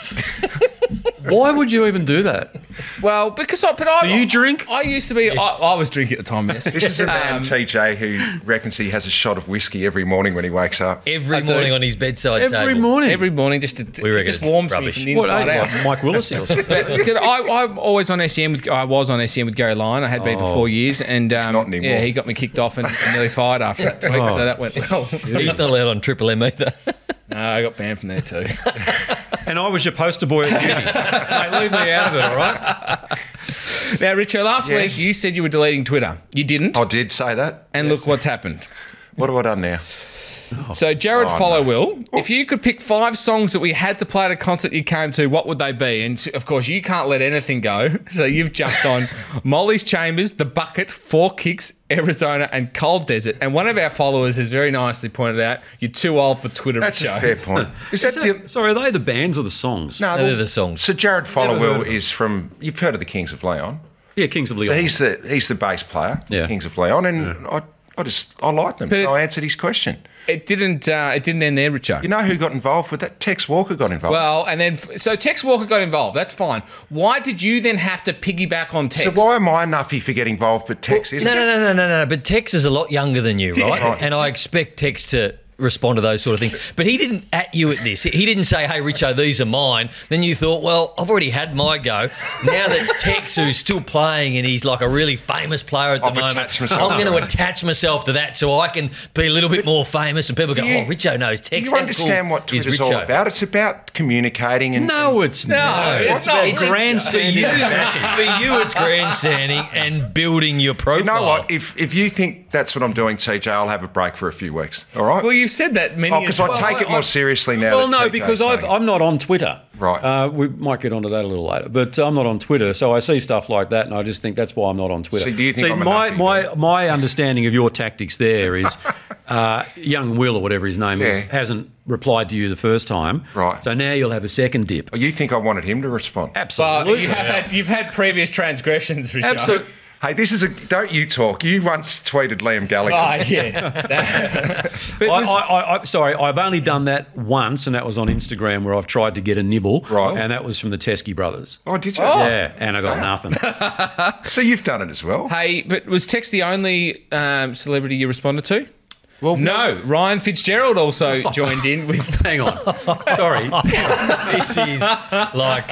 S3: Why would you even do that?
S1: Well, because I, but I,
S3: Do you drink?
S1: I used to be. I, I was drinking at the time. Yes.
S4: This is a man, TJ, who reckons he has a shot of whiskey every morning when he wakes up.
S2: Every morning on his bedside table.
S3: Every morning.
S1: Every morning, just to,
S2: reckon
S1: it just
S2: it's
S1: warms
S2: rubbish.
S1: me from the
S3: what,
S1: inside
S3: eh,
S1: out.
S3: like Mike Willisy or something.
S1: But could- I, I'm always on SEM. With, I was on SEM with Gary Lyon. I had been for four years, and um,
S4: Oh. not anymore. Oh.
S1: yeah, he got me kicked off and, and nearly fired after that tweet. So that went well.
S2: He's not allowed on Triple M either.
S1: no, I got banned from there too.
S3: and I was your poster boy at the uni. Mate, leave me out of it, all right?
S1: now, Richard, last
S4: Yes. Oh,
S1: week you said you were deleting Twitter. You didn't,
S4: I did say that.
S1: and look what's happened.
S4: What have I done now?
S1: So, Jared
S4: Oh, no.
S1: Follow Will, if you could pick five songs that we had to play at a concert you came to, what would they be? And of course, you can't let anything go. So, you've jumped on Molly's Chambers, The Bucket, Four Kicks, Arizona, and Cold Desert. And one of our followers has very nicely pointed out you're too old for Twitter,
S4: That's
S1: Richo.
S4: a fair point. Is that Dil-
S3: Sorry, are they the bands or the songs?
S4: No,
S2: They're the songs.
S4: So Jared
S3: heard
S4: Followill
S3: of them.
S4: is from. You've heard of the Kings of Leon.
S3: Yeah, Kings of Leon.
S4: So he's the he's the bass player.
S3: Yeah.
S4: Kings of Leon, and I. I just I like them.
S1: But-
S4: so I answered his question.
S1: It didn't. Uh, it didn't end there, Richo.
S4: You know who got involved with that? Tex Walker got involved.
S1: well, and then so Tex Walker got involved. That's fine. Why did you then have to piggyback on Tex?
S4: so why am I Nuffy for getting involved, but Tex isn't?
S2: No, no, no, no, no, no. But Tex is a lot younger than you, right?
S4: Right.
S2: And I expect Tex to respond to those sort of things. But he didn't at you at this. He didn't say, "Hey, Richo, these are mine." Then you thought, "Well, I've already had my go." Now that Tex, who's still playing and he's like a really famous player at the
S4: I've
S2: moment,
S4: attached myself.
S2: I'm going to attach myself to that so I can be a little bit more famous and people go,
S4: you-
S2: "Oh, Richo knows Tex."
S4: Do you
S2: How
S4: understand
S2: cool
S4: what
S2: is
S4: Twitter's
S2: Richo?
S4: all about? It's about communicating and
S3: no, it's
S2: No,
S3: not.
S2: it's
S3: It's
S2: not.
S3: about
S2: It's-
S3: grandstanding.
S2: For you, it's grandstanding and building your profile.
S4: You know what? If if you think that's what I'm doing, TJ, I'll have a break for a few weeks. All right.
S1: Well, you've said that many.
S4: Oh, because I
S1: times.
S4: take it more seriously now.
S3: Well,
S4: that
S3: no,
S4: TJ's
S3: because
S4: saying
S3: I've,
S4: it.
S3: I'm not on Twitter.
S4: Right.
S3: Uh, we might get onto that a little later, but I'm not on Twitter, so I see stuff like that, and I just think that's why I'm not on Twitter.
S4: So do you think
S3: See,
S4: I'm a
S3: my
S4: nuffie
S3: my
S4: then?
S3: my understanding of your tactics there is, uh, young Will or whatever his name is
S4: Yeah.
S3: hasn't replied to you the first time,
S4: Right.
S3: So now you'll have a second dip.
S4: Oh, You think I wanted him to respond?
S1: Well,
S3: Absolutely.
S1: you have had, you've had previous transgressions, Richard.
S3: Absolutely.
S4: Hey, this is a. Don't you talk. You once tweeted Liam Gallagher.
S1: Oh, yeah.
S3: I, I, I, I, sorry, I've only done that once, and that was on Instagram where I've tried to get a nibble,
S4: Right.
S3: and that was from the Teskey brothers.
S4: Oh, did you?
S3: Yeah, and I got nothing.
S4: So you've done it as well.
S1: hey, but was Tex the only um, celebrity you responded to? Well, no. Ryan Fitzgerald also joined in with.
S3: Hang on, sorry.
S2: This is like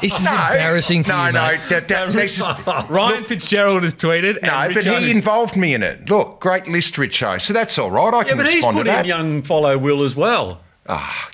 S2: this is embarrassing for
S4: no,
S2: you,
S4: no,
S2: mate.
S4: that- that- this is- no,
S1: Ryan Fitzgerald has tweeted. and
S4: but
S1: Richard
S4: he
S1: has-
S4: involved me in it. Look, great list, Richo. So that's all right. I
S3: Yeah,
S4: can
S3: but he's
S4: respond
S3: put
S4: to
S3: in
S4: that.
S3: young follow Will as well.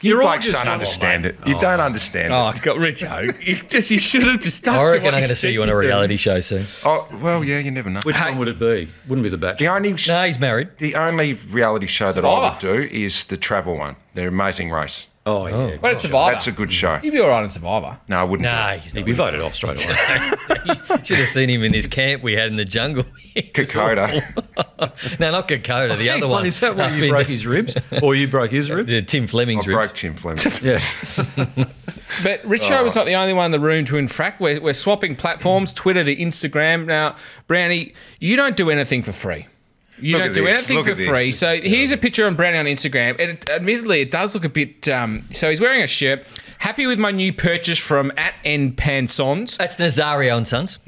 S4: you
S3: you're all
S4: blokes
S3: just
S4: don't
S3: normal,
S4: understand
S3: mate.
S4: it. You don't understand
S1: Oh, God, Richo. You, just, you should have just stuck
S2: I
S1: to
S2: reckon
S1: what
S2: I'm going to
S1: said
S2: see you on a
S1: did.
S2: reality show soon.
S4: it. Oh, well, yeah, you never know.
S3: Which one would it be? Wouldn't be the
S4: The
S3: Bachelor.
S4: only
S2: No, he's married.
S4: the only reality show that I would do is the travel one. The Amazing Race.
S3: Oh yeah,
S1: But it's Survivor.
S4: That's a good show.
S1: You'd be all right on Survivor.
S4: No, I wouldn't. do
S2: No,
S4: it.
S2: he's not.
S3: we voted off straight away.
S2: Should have seen him in his camp we had in the jungle.
S4: Kokoda.
S2: no, not Kokoda, the other one.
S3: Is that
S2: Up
S3: where you
S2: in-
S3: broke his ribs, or you broke his ribs?
S2: Yeah, Tim
S4: I
S2: Fleming's ribs.
S4: broke Tim Fleming.
S3: Yes.
S1: But Richo
S4: Oh.
S1: was not the only one in the room to infract. We're, we're swapping platforms, Twitter to Instagram. Now, Brownie, you don't do anything for free. You
S4: Look
S1: don't
S4: at
S1: do
S4: this.
S1: anything
S4: Look
S1: for
S4: at this.
S1: free.
S4: This
S1: So here's a picture of Brownie on Instagram. It, admittedly, it does look a bit. Um, so he's wearing a shirt. Happy with my new purchase from at N Pansons
S2: That's Nazario and Sons.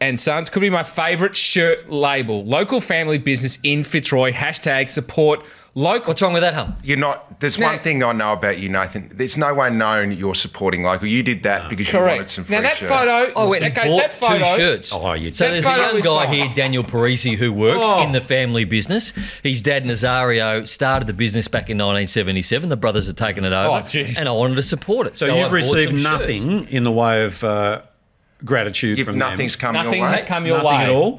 S1: and Sons. Could be my favourite shirt label. Local family business in Fitzroy. Hashtag support local.
S2: What's wrong with that, Hum?
S4: You're not. There's
S1: No.
S4: one thing I know about you, Nathan. There's no way known you're supporting local. You did that because you wanted some
S1: Correct.
S4: free
S1: Now that
S4: shirts.
S1: photo. oh,
S2: I went and
S1: okay,
S2: Oh, bought
S1: that photo.
S2: two shirts.
S3: Oh, you
S2: so
S3: did.
S2: there's a
S1: That photo
S2: young
S1: is
S2: guy
S1: fine.
S2: here, Daniel Parisi, who works in the family business. His dad, Nazario, started the business back in 1977. The brothers have taken it over,
S1: Oh, geez.
S2: and I wanted to support it.
S3: So,
S2: I
S3: you've
S2: bought some
S3: received
S2: shirts.
S3: nothing in the way of uh, gratitude
S4: If
S3: from
S4: nothing's
S3: them.
S4: come
S1: Nothing
S4: your way.
S1: has come your
S3: Nothing
S1: way
S3: at all.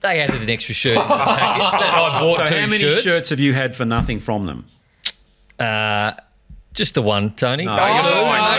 S2: They added an extra shirt. into the packet that I bought
S3: So
S2: two
S3: how many shirts?
S2: shirts.
S3: have you had for nothing from them?
S2: Just the one, Tony.
S3: Oh, you're
S1: lying.
S2: no,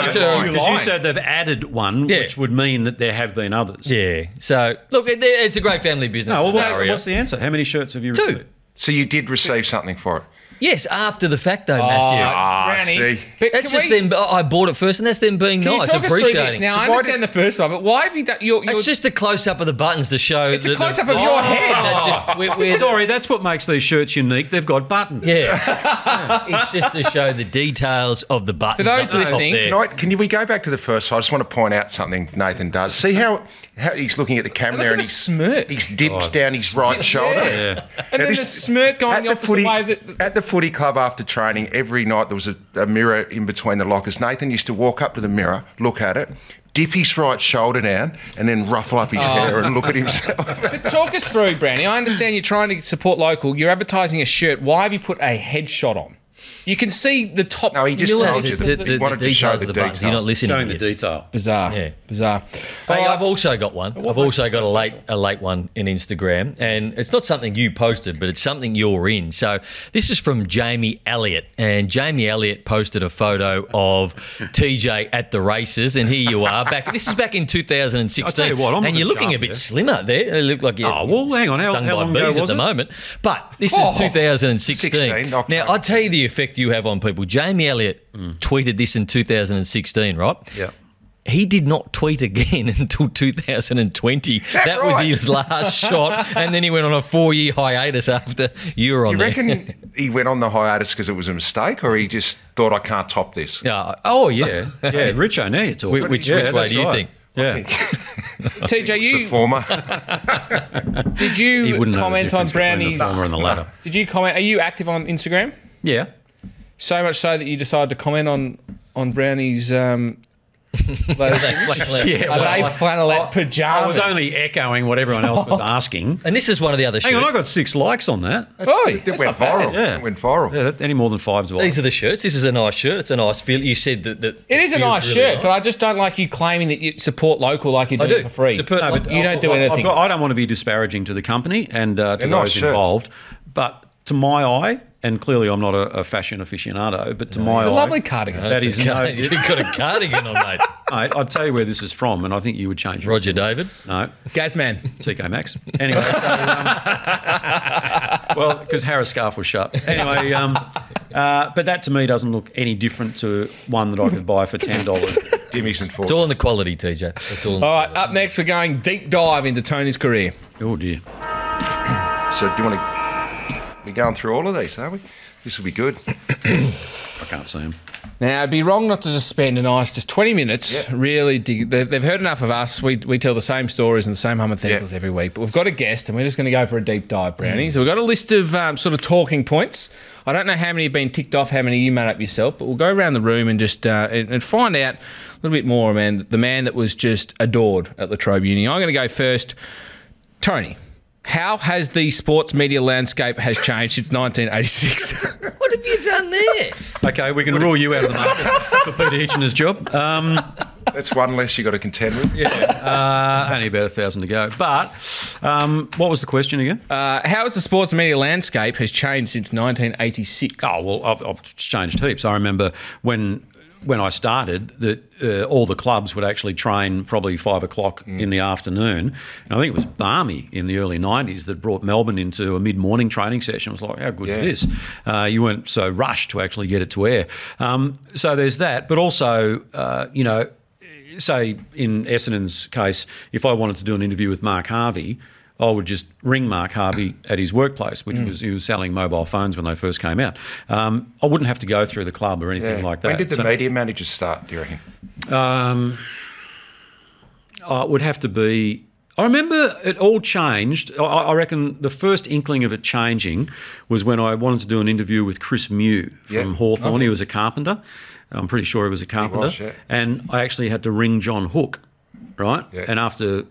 S1: You're
S2: two.
S1: lying.
S3: Because you said they've added one,
S2: Yeah.
S3: which would mean that there have been others.
S2: Yeah. So look, it, it's a great family business.
S3: No, well, what's,
S2: Nazario.
S3: what's the answer? How many shirts have you
S2: Two.
S3: received?
S4: So you did receive something for it.
S2: Yes, after the fact though, Matthew.
S4: Ah,
S1: Brownie.
S4: see.
S1: But
S2: That's
S1: can
S2: just
S1: we-
S2: them. I bought it first, and that's them being
S1: Can you
S2: nice,
S1: talk us through this?
S2: appreciating.
S1: Now, I
S4: why
S1: understand the first one, but why have you done... You're, you're,
S2: It's just a close up of the buttons to show.
S1: It's a
S2: the- the-
S1: close-up of your
S2: Oh,
S1: head.
S2: that just- we're- we're-
S3: Sorry, that's what makes these shirts unique. They've got buttons.
S2: Yeah. it's just to show the details of the buttons.
S1: those
S2: up the top
S1: listening-
S2: there.
S4: Can, I, can you- we go back to the first? I just want to point out something Nathan does. See how, how he's looking at the camera
S1: Look
S4: there
S1: at
S4: and
S1: the
S4: he's,
S1: smirk.
S4: he's dipped down his right shoulder.
S3: Yeah.
S1: and
S4: Now
S1: then the
S4: this-
S1: smirk going
S4: at
S1: the
S4: the,
S1: opposite
S4: footy,
S1: way. That,
S4: at the footy club after training, every night there was a, a mirror in between the lockers. Nathan used to walk up to the mirror, look at it, dip his right shoulder down, and then ruffle up his
S1: Oh.
S4: hair and look at himself.
S1: talk us through, Brownie. I understand you're trying to support local. You're advertising a shirt. Why have you put a headshot on? You can see the top...
S4: no, he just
S2: You're allowed
S4: told
S2: to-
S4: you that
S2: the-
S4: he
S2: the
S4: wanted to
S2: details
S4: show
S2: of
S4: the,
S2: buttons. You're not
S4: detail.
S2: listening.
S3: Showing the
S2: yet.
S3: detail.
S1: Bizarre.
S2: Yeah.
S1: Bizarre. Oh,
S2: Hey, I've also got one. I've also got a late a late one in Instagram, and it's not something you posted, but it's something you're in. So this is from Jamie Elliott, and Jamie Elliott posted a photo of TJ at the races, and here you are back. This is back in 2016,
S3: I'll tell you what, I'm
S2: and you're
S3: looking
S2: looking a
S3: sharp,
S2: bit
S3: yeah.
S2: slimmer there. You look like you're
S3: Oh, well, hang on. How-
S2: stung
S3: how
S2: by
S3: long
S2: bees
S3: ago
S2: at
S3: was
S2: the
S3: it?
S2: moment. But this is
S1: Oh,
S2: 2016.
S4: 16,
S2: now
S4: October.
S2: I tell you the effect you have on people. Jamie Elliott
S3: Mm.
S2: tweeted this in 2016, right?
S3: Yeah.
S2: he did not tweet again until 2020. That, was
S4: right?
S2: his last shot, and then he went on a four-year hiatus after you were on
S4: You
S2: there.
S4: reckon he went on the hiatus because it was a mistake, or he just thought I can't top this?
S2: Yeah. Oh yeah.
S3: Yeah, Rich O'Neill. It's all
S2: Whi- which-
S3: yeah,
S2: which way
S3: that's
S2: do you
S3: right.
S2: think?
S3: Yeah,
S1: TJ,
S4: It's the
S1: you,
S4: former.
S1: did
S3: he
S1: you
S3: wouldn't
S1: comment
S3: know the
S1: on
S3: difference between
S1: Brownie's...
S3: the former and the latter.
S1: Did you comment? Are you active on Instagram?
S3: Yeah,
S1: So much so that you decided to comment on on Brownie's. Um, latest-
S2: yeah
S1: are they flannelette
S3: I
S1: pajamas?
S3: was only echoing what everyone else was asking.
S2: and this is one of the other shirts.
S3: Hang on, I got six likes on that.
S1: Oi,
S4: It went viral.
S3: Yeah.
S4: It went viral.
S3: Yeah, that, any more than five's wise.
S2: These are the shirts. This is a nice shirt. It's a nice feel. You said that. that
S1: it is a
S2: feels
S1: nice
S2: really
S1: shirt,
S2: nice.
S1: but I just don't like you claiming that you support local like you do,
S2: do.
S1: for free.
S2: Support- No, but
S1: you don't do
S3: I- I've
S1: anything.
S3: got- I don't want to be disparaging to the company and uh, to
S4: They're nice
S3: those
S4: shirts.
S3: involved, but to my eye, and clearly I'm not a, a fashion aficionado, but to my eye,
S1: a lovely cardigan.
S3: That is no.
S2: You've got a cardigan on, mate.
S3: Mate, I'll tell you where this is from, and I think you would change. it.
S2: Roger David.
S3: No,
S1: Gazman.
S3: TK Maxx. Anyway, so, um, well, because Harris Scarf was shut. Anyway, um, uh, but that to me doesn't look any different to one that I could buy for ten dollars.
S4: Dimmies and
S2: It's all
S4: forks.
S2: in the quality, TJ. It's all. In
S1: All right, up next, we're going deep dive into Tony's career.
S3: oh dear.
S4: So do you want to? We're going through all of these, are we? This will be good.
S3: I can't see him.
S1: Now, it'd be wrong not to just spend a nice just 20 minutes
S4: Yeah.
S1: really dig. They, they've heard enough of us. We, we tell the same stories and the same hypotheticals
S4: Yeah. Mm.
S1: every week, but we've got a guest and we're just going to go for a deep dive, Brownie. So we've got a list of um, sort of talking points. I don't know how many have been ticked off, how many you made up yourself, but we'll go around the room and just uh, and, and find out a little bit more, man. The man that was just adored at Latrobe Uni. I'm going to go first. Tony, how has the sports media landscape has changed since 1986?
S2: the- what have you done there?
S3: Okay, we can rule you out of the market for Peter Hitchener's job. Um,
S4: That's one less you got to contend with.
S3: uh, only about a thousand to go. But um, what was the question again?
S1: Uh, how has the sports media landscape has changed since 1986?
S3: Oh well, I've, I've changed heaps. I remember when when I started that uh, all the clubs would actually train probably five o'clock in the afternoon, and I think it was Barmy in the early '90s that brought Melbourne into a mid-morning training session. It was like, how good
S4: Yeah.
S3: is this? Uh, you weren't so rushed to actually get it to air. Um, so there's that, but also uh, you know say in Essendon's case, if I wanted to do an interview with Mark Harvey, I would just ring Mark Harvey at his workplace, which
S4: Mm.
S3: was he was selling mobile phones when they first came out. Um, I wouldn't have to go through the club or anything like that.
S4: When did the
S3: So,
S4: media managers start? Do you reckon?
S3: uh, it would have to be. I remember it all changed. I, I reckon the first inkling of it changing was when I wanted to do an interview with Chris Mew from
S4: Yeah.
S3: Hawthorn. He was a carpenter. I'm pretty sure he was a carpenter.
S4: was, yeah.
S3: And I actually had to ring John Hook, right?
S4: Yeah.
S3: And after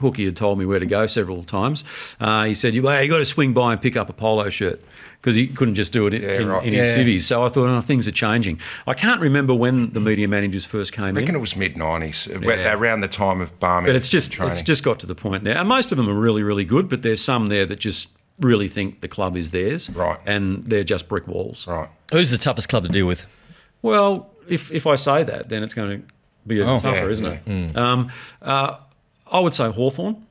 S3: Hooky had told me where to go several times, uh, he said, "Well, you got to swing by and pick up a polo shirt." Because he couldn't just do it in, in-
S4: right.
S3: in his
S1: Yeah.
S3: civies. So I thought, oh, things are changing. I can't remember when the media managers first came
S4: I
S3: in.
S4: reckon it was mid nineties, around the time of Barmy.
S3: But it's just
S4: training.
S3: it's just got to the point now. And most of them are really, really good, but there's some there that just really think the club is theirs.
S4: Right.
S3: And they're just brick walls.
S4: right.
S2: Who's the toughest club to deal with?
S3: Well, if if I say that, then it's going to be a bit tougher,
S4: Oh, Yeah, Mm.
S3: isn't it? Um, uh, I would say Hawthorn.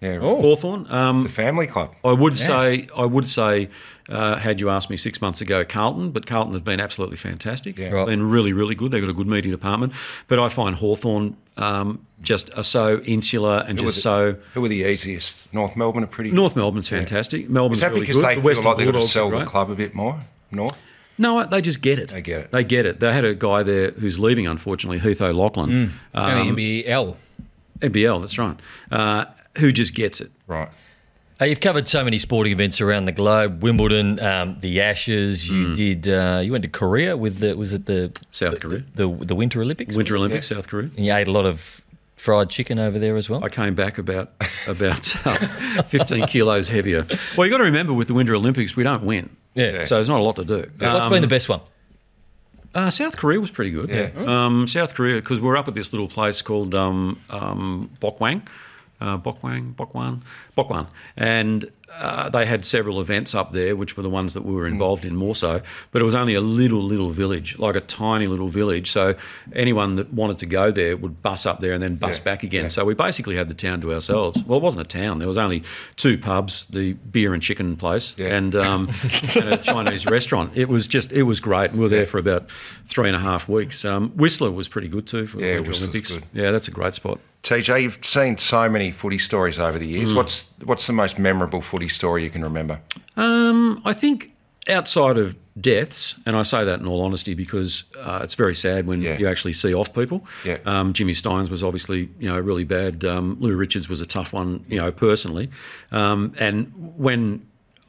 S4: Yeah.
S3: Hawthorn. Um,
S4: The family club.
S3: I would say, I would say, uh, had you asked me six months ago, Carlton, but Carlton have been absolutely fantastic.
S2: Right.
S3: Been really, really good. They've got a good media department, but I find Hawthorn um, just are so insular and
S4: was
S3: just
S4: it?
S3: so.
S4: Who are the easiest? North Melbourne are pretty.
S3: North Melbourne's fantastic. Melbourne's
S4: Is that
S3: really
S4: because
S3: good.
S4: they
S3: the
S4: feel
S3: Western
S4: like they've got to
S3: Bulldogs
S4: sell
S3: are
S4: the
S3: great.
S4: club a bit more? North.
S3: No, they just get it.
S4: They get it.
S3: They get it. They had a guy there who's leaving, unfortunately, Heath
S4: Mm.
S3: O'Loughlin,
S2: Only
S3: um,
S2: NBL.
S3: NBL. That's right. Uh, who just gets it.
S4: Right.
S2: Uh, you've covered so many sporting events around the globe: Wimbledon, um, the Ashes.
S3: Hmm.
S2: You did. Uh, you went to Korea with the. Was it the
S3: South Korea,
S2: the the Winter Olympics?
S3: Winter Olympics, South Korea.
S2: And you ate a lot of fried chicken over there as well.
S3: I came back about about uh, 15 kilos heavier. Well, you got to remember with the Winter Olympics, we don't win,
S2: yeah.
S3: so there's not a lot to do.
S2: What's
S3: Um,
S2: been the best one?
S3: uh, South Korea was pretty good.
S4: Yeah.
S3: Um, South Korea, because we're up at this little place called um, um, Bokwang. Uh, Bokwang, Bokwan, Bokwan, and uh, they had several events up there, which were the ones that we were involved in more so. But it was only a little, little village, like a tiny little village. So anyone that wanted to go there would bus up there and then bus
S4: Yeah.
S3: back again. So we basically had the town to ourselves. Well, it wasn't a town. There was only two pubs, the beer and chicken place,
S4: Yeah.
S3: and, um, and a Chinese restaurant. It was just, it was great. And we were there for about three and a half weeks. Um, Whistler was pretty good too for
S4: Yeah,
S3: the Winter
S4: Whistler's
S3: Olympics.
S4: good.
S3: Yeah, that's a great spot.
S4: TJ, you've seen so many footy stories over the
S3: Mm.
S4: years. What's what's the most memorable footy story you can remember?
S3: Um, I think outside of deaths, and I say that in all honesty because uh, it's very sad when
S4: Yeah.
S3: you actually see off people.
S4: Yeah.
S3: Um, Jimmy Steins was obviously you know really bad. Um, Lou Richards was a tough one, you know personally. Um, and when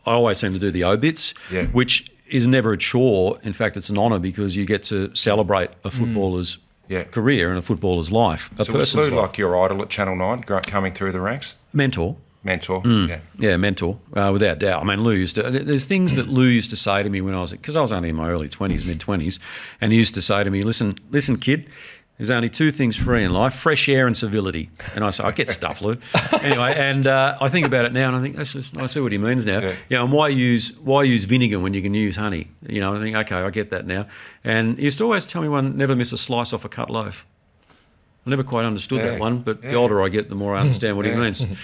S3: I always seem to do the obits,
S4: Yeah.
S3: which is never a chore. In fact, it's an honour because you get to celebrate a footballer's
S4: Yeah.
S3: career and a footballer's life, a
S4: So was
S3: person's
S4: Lou
S3: life.
S4: like your idol at Channel Nine, gr- coming through the ranks,
S3: mentor.
S4: mentor?
S3: Hmm.
S4: Yeah.
S3: Yeah, mentor, uh, without doubt. I mean, Lou used to, there's things that Lou used to say to me when I was, because I was only in my early 20s, mid 20s, and he used to say to me, listen, listen, kid, there's only two things free in life fresh air and civility. And I say, I get stuff, Lou. anyway, and uh, I think about it now and I think, that's just, I see what he means now. Yeah. and why use, why use vinegar when you can use honey? You know, I think, okay, I get that now. And he used to always tell me one, never miss a slice off a cut loaf. I never quite understood
S4: Yeah.
S3: that one, but the older I get, the more I understand what he means.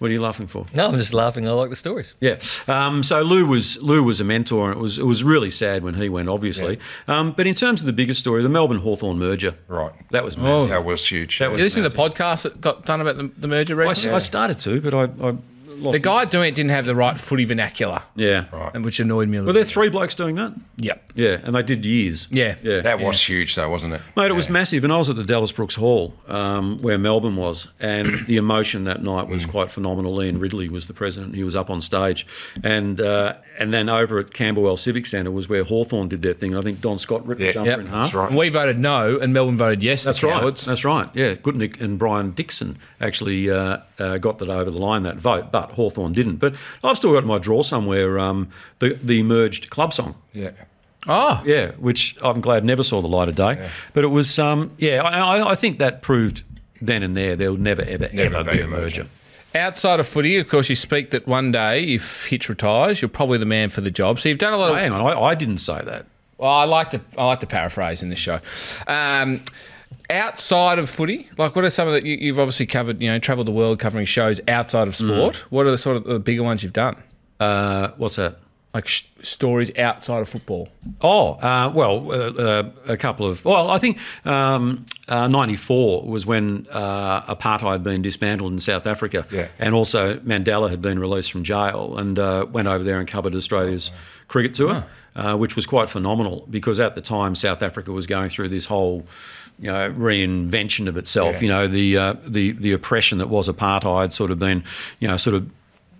S3: What are you laughing for?
S2: No, I'm just laughing. I like the stories.
S3: Yeah. Um, so Lou was Lou was a mentor, and it was it was really sad when he went, obviously. Um, but in terms of the biggest story, the Melbourne Hawthorn merger,
S4: Right. Oh.
S3: that was massive.
S4: That was huge.
S3: Oh. That
S1: You
S3: was-
S1: listen to the podcast that got done about the, the merger
S3: I,
S1: recently.
S3: I started to, but I, I lost.
S1: the guy doing it didn't have the right footy vernacular,
S3: Yeah.
S4: Right.
S1: and which annoyed me a
S3: Were
S1: little.
S3: there
S1: bit.
S3: three blokes doing that?
S1: Yep.
S3: Yeah, and they did years.
S1: Yeah.
S3: Yeah.
S4: that was huge, though, wasn't it?
S3: Mate, it was massive, and I was at the Dallas Brooks Hall um, where Melbourne was, and the emotion that night was quite phenomenal. Ian Ridley was the president; he was up on stage, and uh, and then over at Camberwell Civic Centre was where Hawthorn did their thing, and I think Don Scott ripped
S4: Yeah.
S3: the jumper
S1: Yep.
S3: in half.
S4: That's right.
S1: And we voted no, and Melbourne voted yes.
S3: That's
S1: the
S3: right.
S1: cowards.
S3: That's right. Yeah, Goodnick and Brian Dixon actually uh, uh, got that over the line that vote, but Hawthorn didn't. But I've still got in my drawer somewhere um, the the merged club song.
S4: Yeah.
S1: Oh,
S3: Yeah, which I'm glad never saw the light of day. But it was um, yeah. I, I- I think that proved then and there there'll never ever
S4: Never
S3: ever
S4: be
S3: be
S4: a
S3: a
S4: merger.
S3: merger.
S1: outside of footy, of course, you speak that one day if Hitch retires, you're probably the man for the job. So you've done a lot
S3: Oh,
S1: of
S3: hang on, I, I didn't say that.
S1: Well, I like to I like to paraphrase in this show. Um, outside of footy, like what are some of the you, you've obviously covered? You know, travelled the world covering shows outside of sport.
S3: Mm.
S1: What are the sort of the bigger ones you've done?
S3: Uh, what's that?
S1: Like sh- stories outside of football.
S3: Oh, uh, well, uh, uh, a couple of. Well, I think um, uh, 94 was when uh, apartheid had been dismantled in South Africa.
S4: Yeah.
S3: And also Mandela had been released from jail and uh, went over there and covered Australia's cricket tour, uh, which was quite phenomenal because at the time South Africa was going through this whole. You know, reinvention of itself. You know the uh, the the oppression that was apartheid, sort of been, you know, sort of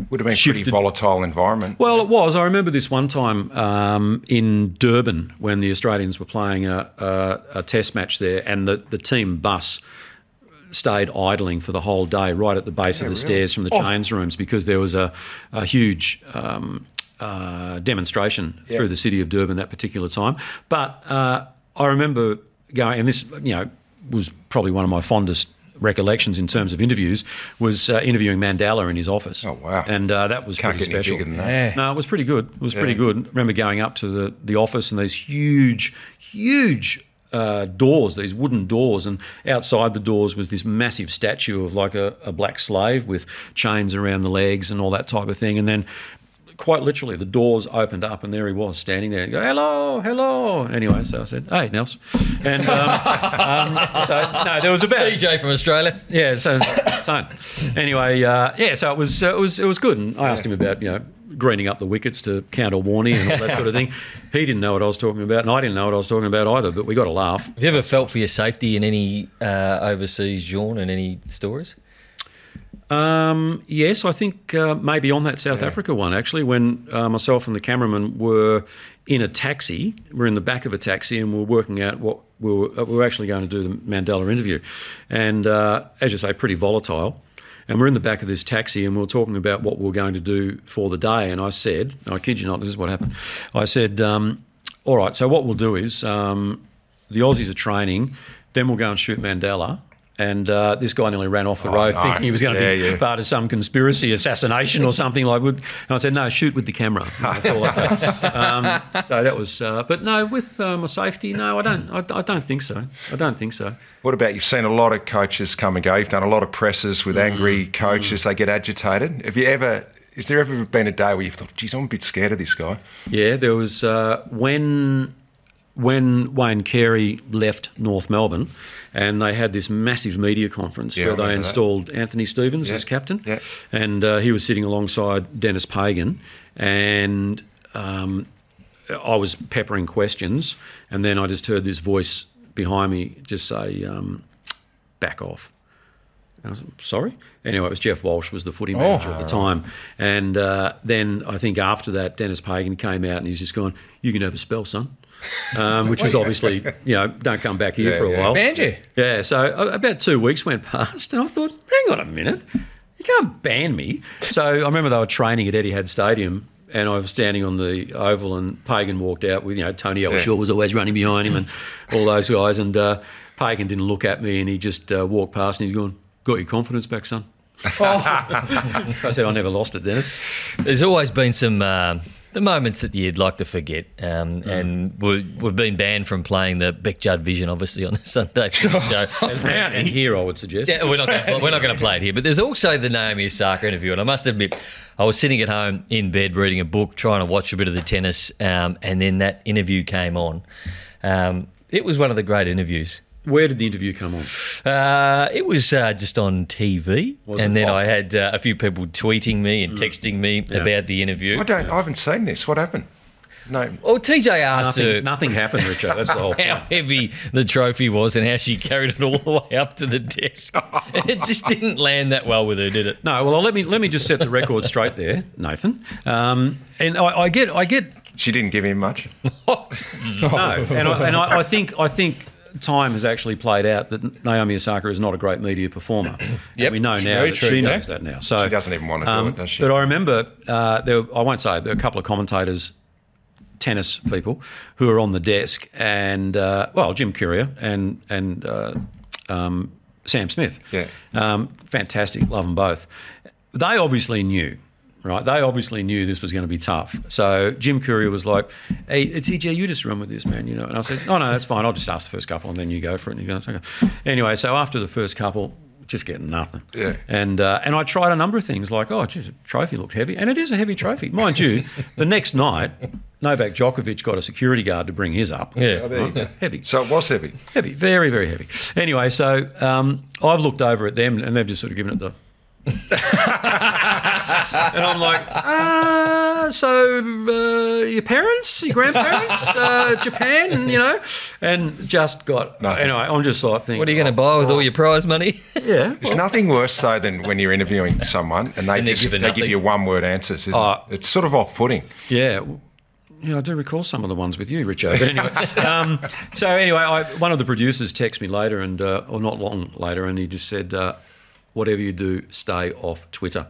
S4: Would have been a pretty
S3: Shifted-
S4: volatile environment.
S3: well, it was. I remember this one time um, in Durban when the Australians were playing a, a, a test match there, and the, the team bus stayed idling for the whole day right at the base of the stairs from the
S4: Oh.
S3: chains rooms because there was a, a huge. Um, uh, demonstration through the city of Durban that particular time, but uh, I remember going, and this you know was probably one of my fondest recollections in terms of interviews was uh, interviewing Mandela in his office.
S4: Oh, wow.
S3: And uh, that was
S4: Can't
S3: pretty
S4: get any
S3: special.
S4: bigger than that.
S3: No, it was pretty good. It was pretty good. Remember going up to the, the office and these huge, huge uh, doors, these wooden doors, and outside the doors was this massive statue of like a, a black slave with chains around the legs and all that type of thing. And then quite literally, the doors opened up, and there he was standing there. And go, hello, hello. Anyway, so I said, "Hey, Nels," and um, um, so no, there was about
S2: DJ from Australia.
S3: yeah. So, so anyway, uh, yeah. So it was it was it was good, and I asked him about you know greening up the wickets to counter Warney and all that sort of thing. He didn't know what I was talking about, and I didn't know what I was talking about either. But we got a laugh.
S2: Have you ever felt for your safety in any uh, overseas John and any stories?
S3: Um, yes, I think uh, maybe on that South Africa one actually, when uh, myself and the cameraman were in a taxi, we're in the back of a taxi, and we're working out what we were, uh, we were actually going to do the Mandela interview, and uh, as you say, pretty volatile. And we're in the back of this taxi, and we we're talking about what we we're going to do for the day. And I said, I kid you not, this is what happened. I said, um, all right, so what we'll do is um, the Aussies are training, then we'll go and shoot Mandela. And uh, this guy nearly ran off the road
S4: Oh, no.
S3: thinking he was going to be
S4: Yeah, yeah.
S3: part of some conspiracy assassination or something like. would- And I said, "No, shoot with the camera." No, it's all okay. um, so that was, uh, but no, with uh, my safety, no, I don't, I, I don't think so. I don't think so.
S4: What about you've seen a lot of coaches come and go? You've done a lot of presses with
S3: Hmm.
S4: angry coaches. They get agitated. Have you ever? Is there ever been a day where you've thought, "Geez, I'm a bit scared of this guy"?
S3: Yeah, there was uh, when when Wayne Carey left North Melbourne, and they had this massive media conference
S4: Yeah, I
S3: where they
S4: remember that.
S3: installed Anthony Stevens as captain,
S4: yeah.
S3: and uh, he was sitting alongside Dennis Pagan, and um, I was peppering questions, and then I just heard this voice behind me just say, um, "Back off." And I was like, sorry. Anyway, it was Jeff Walsh was the footy manager at the time, and uh, then I think after that, Dennis Pagan came out and he's just gone, "You can have a spell, son," um, which was obviously you know don't come back here for a
S4: yeah.
S3: while.
S1: Banned you.
S3: Yeah, so a- about two weeks went past, and I thought, hang on a minute, you can't ban me. So I remember they were training at Etihad Stadium, and I was standing on the oval, and Pagan walked out with, you know, Tony Elshaw was always running behind him, and all those guys. And uh, Pagan didn't look at me, and he just uh, walked past, and he's going, Got your confidence back, son.
S2: Oh.
S3: I said, I never lost it, Dennis.
S2: There's always been some uh, the moments that you'd like to forget,
S3: Hmm.
S2: um, and we, we've been banned from playing the Beck Judd Vision, obviously, on the Sunday Footy show.
S3: And, and here, I would suggest.
S2: Yeah, we're not gonna play, we're not going to play it here. But there's also the Naomi Osaka interview, and I must admit, I was sitting at home in bed reading a book, trying to watch a bit of the tennis, um, and then that interview came on. Um, it was one of the great interviews.
S3: Where did the interview come on?
S2: Uh, it was uh, just on TV, and
S3: it Oh. Mm.
S2: then I
S3: live?
S2: had uh, a few people tweeting me and texting me about the
S4: I
S2: interview.
S4: don't. I haven't seen this. What happened? No.
S2: Well, TJ asked
S3: Nothing,
S2: her
S3: nothing happened, Richard. That's the whole point.
S2: how heavy the trophy was and how she carried it all the way up to the desk. And it just didn't land that well with her, did it?
S3: No, well, let me let me just set the record straight there, Nathan. Um, and I, I get, I get,
S4: She didn't give him much.
S3: no, and, I, and I, I think, I think time has actually played out that Naomi Osaka is not a great media performer.
S1: Yep,
S3: and we know now
S1: very
S3: that
S1: true,
S3: she
S1: yeah.
S3: knows that now. So um,
S4: She doesn't even want to do it, does she?
S3: But I remember uh, there, I won't say there were a couple of commentators. Tennis people who were on the desk, and uh, well, Jim Courier and and uh, um, Sam Smith,
S4: Yeah.
S3: um, fantastic, love them both. They obviously knew, right? They obviously knew this was going to be tough. So Jim Courier was like, "Hey, TJ, you just run with this, man," you know. And I said, "No, no, that's fine. I'll just ask the first couple, and then you go for it." And he goes, "Okay." Anyway, so after the first couple, just getting nothing.
S4: Yeah.
S3: And uh, and I tried a number of things, like, "Oh, geez, the trophy looked heavy," and it is a heavy trophy, mind you. the next night, Novak Djokovic got a security guard to bring his up.
S4: Oh,
S2: Yeah.
S3: Heavy
S4: So it was heavy.
S3: heavy, very, very heavy. Anyway, so um, I've looked over at them and they've just sort of given it the. and I'm like, uh, so uh, your parents, your grandparents, uh, Japan, you know, and just got.
S4: Nothing.
S3: Anyway, I'm just like thinking,
S2: What are you going to buy with all your prize money?
S3: yeah,
S4: There's nothing worse though than when you're interviewing someone and they
S2: And they
S4: just
S2: give
S4: they
S2: you
S4: give
S2: nothing.
S4: you one word answers. Isn't
S3: Oh.
S4: it? It's sort of off putting.
S3: Yeah. w- Yeah, I do recall some of the ones with you, Richo. But anyway, um, so anyway, I, one of the producers texted me later, and uh, or not long later, and he just said, uh, "Whatever you do, stay off Twitter."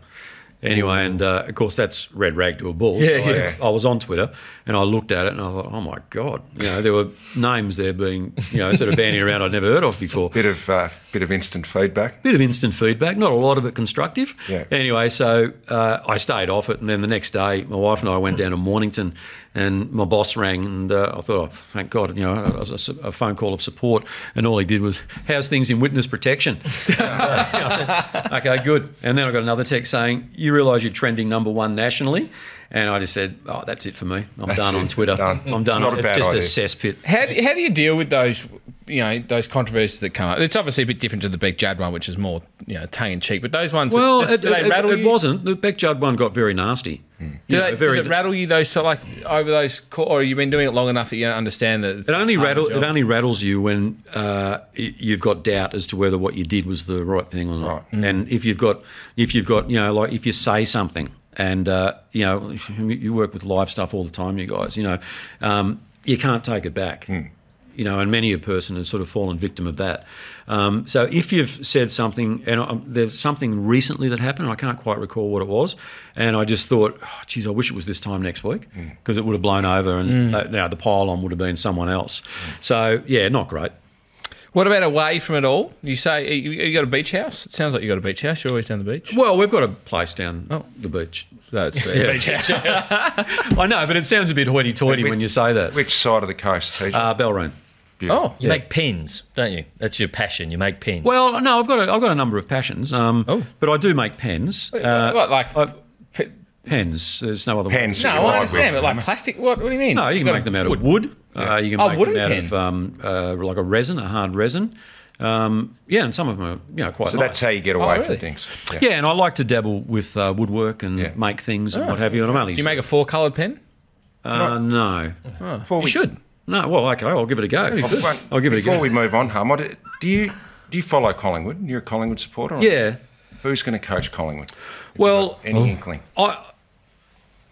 S3: Anyway, and uh, of course that's red rag to a bull. Yeah, I, I was on Twitter, and I looked at it, and I thought, "Oh my god!" You know, there were names there being, you know, sort of banning around I'd never heard of before
S4: Bit of uh, bit of instant feedback.
S3: bit of instant feedback, not a lot of it constructive.
S4: Yeah.
S3: Anyway, so uh, I stayed off it, and then the next day, my wife and I went down to Mornington And my boss rang, and uh, I thought, oh, thank God, you know, it was a, su- a phone call of support. And all he did was, how's things in witness protection? uh, I said, okay, good. And then I got another text saying, you realise you're trending number one nationally? And I just said, oh, that's it for me. I'm
S4: That's
S3: done on
S4: it.
S3: Twitter.
S4: Done.
S3: I'm
S4: It's
S3: done.
S4: not a
S3: It's,
S4: bad
S3: just
S4: idea.
S3: a cesspit.
S1: How, do- how do you deal with those, you know, those controversies that come up? It's obviously a bit different to the Big Jad one, which is more, you know, tongue in cheek. But those ones,
S3: Well,
S1: well,
S3: it,
S1: do they
S3: it- it-
S1: rattle
S3: it
S1: you?
S3: wasn't. The Beck Judd one got very nasty.
S4: Hmm.
S1: Do
S3: You
S1: they,
S3: know, very-
S1: does it rattle you those so like over those, co- or you've been doing it long enough that you don't understand that? It's
S3: It only
S1: part of
S3: rattle,
S1: the
S3: it
S1: job?
S3: only rattles you when uh, y- you've got doubt as to whether what you did was the right thing or not. And if you've got if you've got you know like if you say something and uh, you know you work with live stuff all the time, you guys, you know, um, you can't take it back.
S1: Hmm.
S3: You know, and many a person has sort of fallen victim of that. Um, so if you've said something, and I, there's something recently that happened, and I can't quite recall what it was, and I just thought, oh, geez, I wish it was this time next week
S1: Mm.
S3: because it would have blown over, and uh, now the pile on would have been someone else.
S1: Mm.
S3: So yeah, not great.
S1: What about away from it all? You say you, you got a beach house. It sounds like you got a beach house. You're always down the beach.
S3: Well, we've got a place down
S1: Oh.
S3: the beach.
S1: No, it's beach.
S3: Yeah. I know, but it sounds a bit hoity-toity when you say that.
S4: Which side of the coast, TJ?
S3: Uh, Belroon.
S1: Oh,
S2: You make pins, don't you? That's your passion. You make pins.
S3: Well, no, I've got a, I've got a number of passions. Um,
S1: Oh.
S3: but I do make pens. Uh,
S1: what, like
S3: I-
S1: p-
S3: pens. There's no other
S4: Pens.
S3: Way.
S1: no,
S4: you're right,
S1: I understand.
S4: Will.
S1: But like plastic, what? What do you mean?
S3: No, you can
S1: Got
S3: make
S1: a
S3: them out of wood. Uh, you can
S1: Oh,
S3: make
S1: wooden
S3: them out
S1: pen.
S3: of um, uh, like a resin, a hard resin. Um, yeah, and some of them are you know quite.
S4: so
S3: nice.
S4: that's how you get away
S1: really?
S4: from things.
S3: Oh, Yeah, and I like to dabble with uh, woodwork and
S4: Yeah. Ah.
S3: make things and what have you. And I'm only
S1: Do you make a four-coloured pen?
S3: uh, no,
S4: Ah. Before
S1: You should.
S3: no. Well, okay, I'll give it a go.
S4: Before-
S3: I'll give it a
S4: Before
S3: go.
S4: we move on, Hum, I d- do you do you follow Collingwood? You're a Collingwood supporter. or-
S3: yeah. Oh,
S4: Who's going to coach Collingwood?
S3: Well,
S4: Any inkling?
S3: I.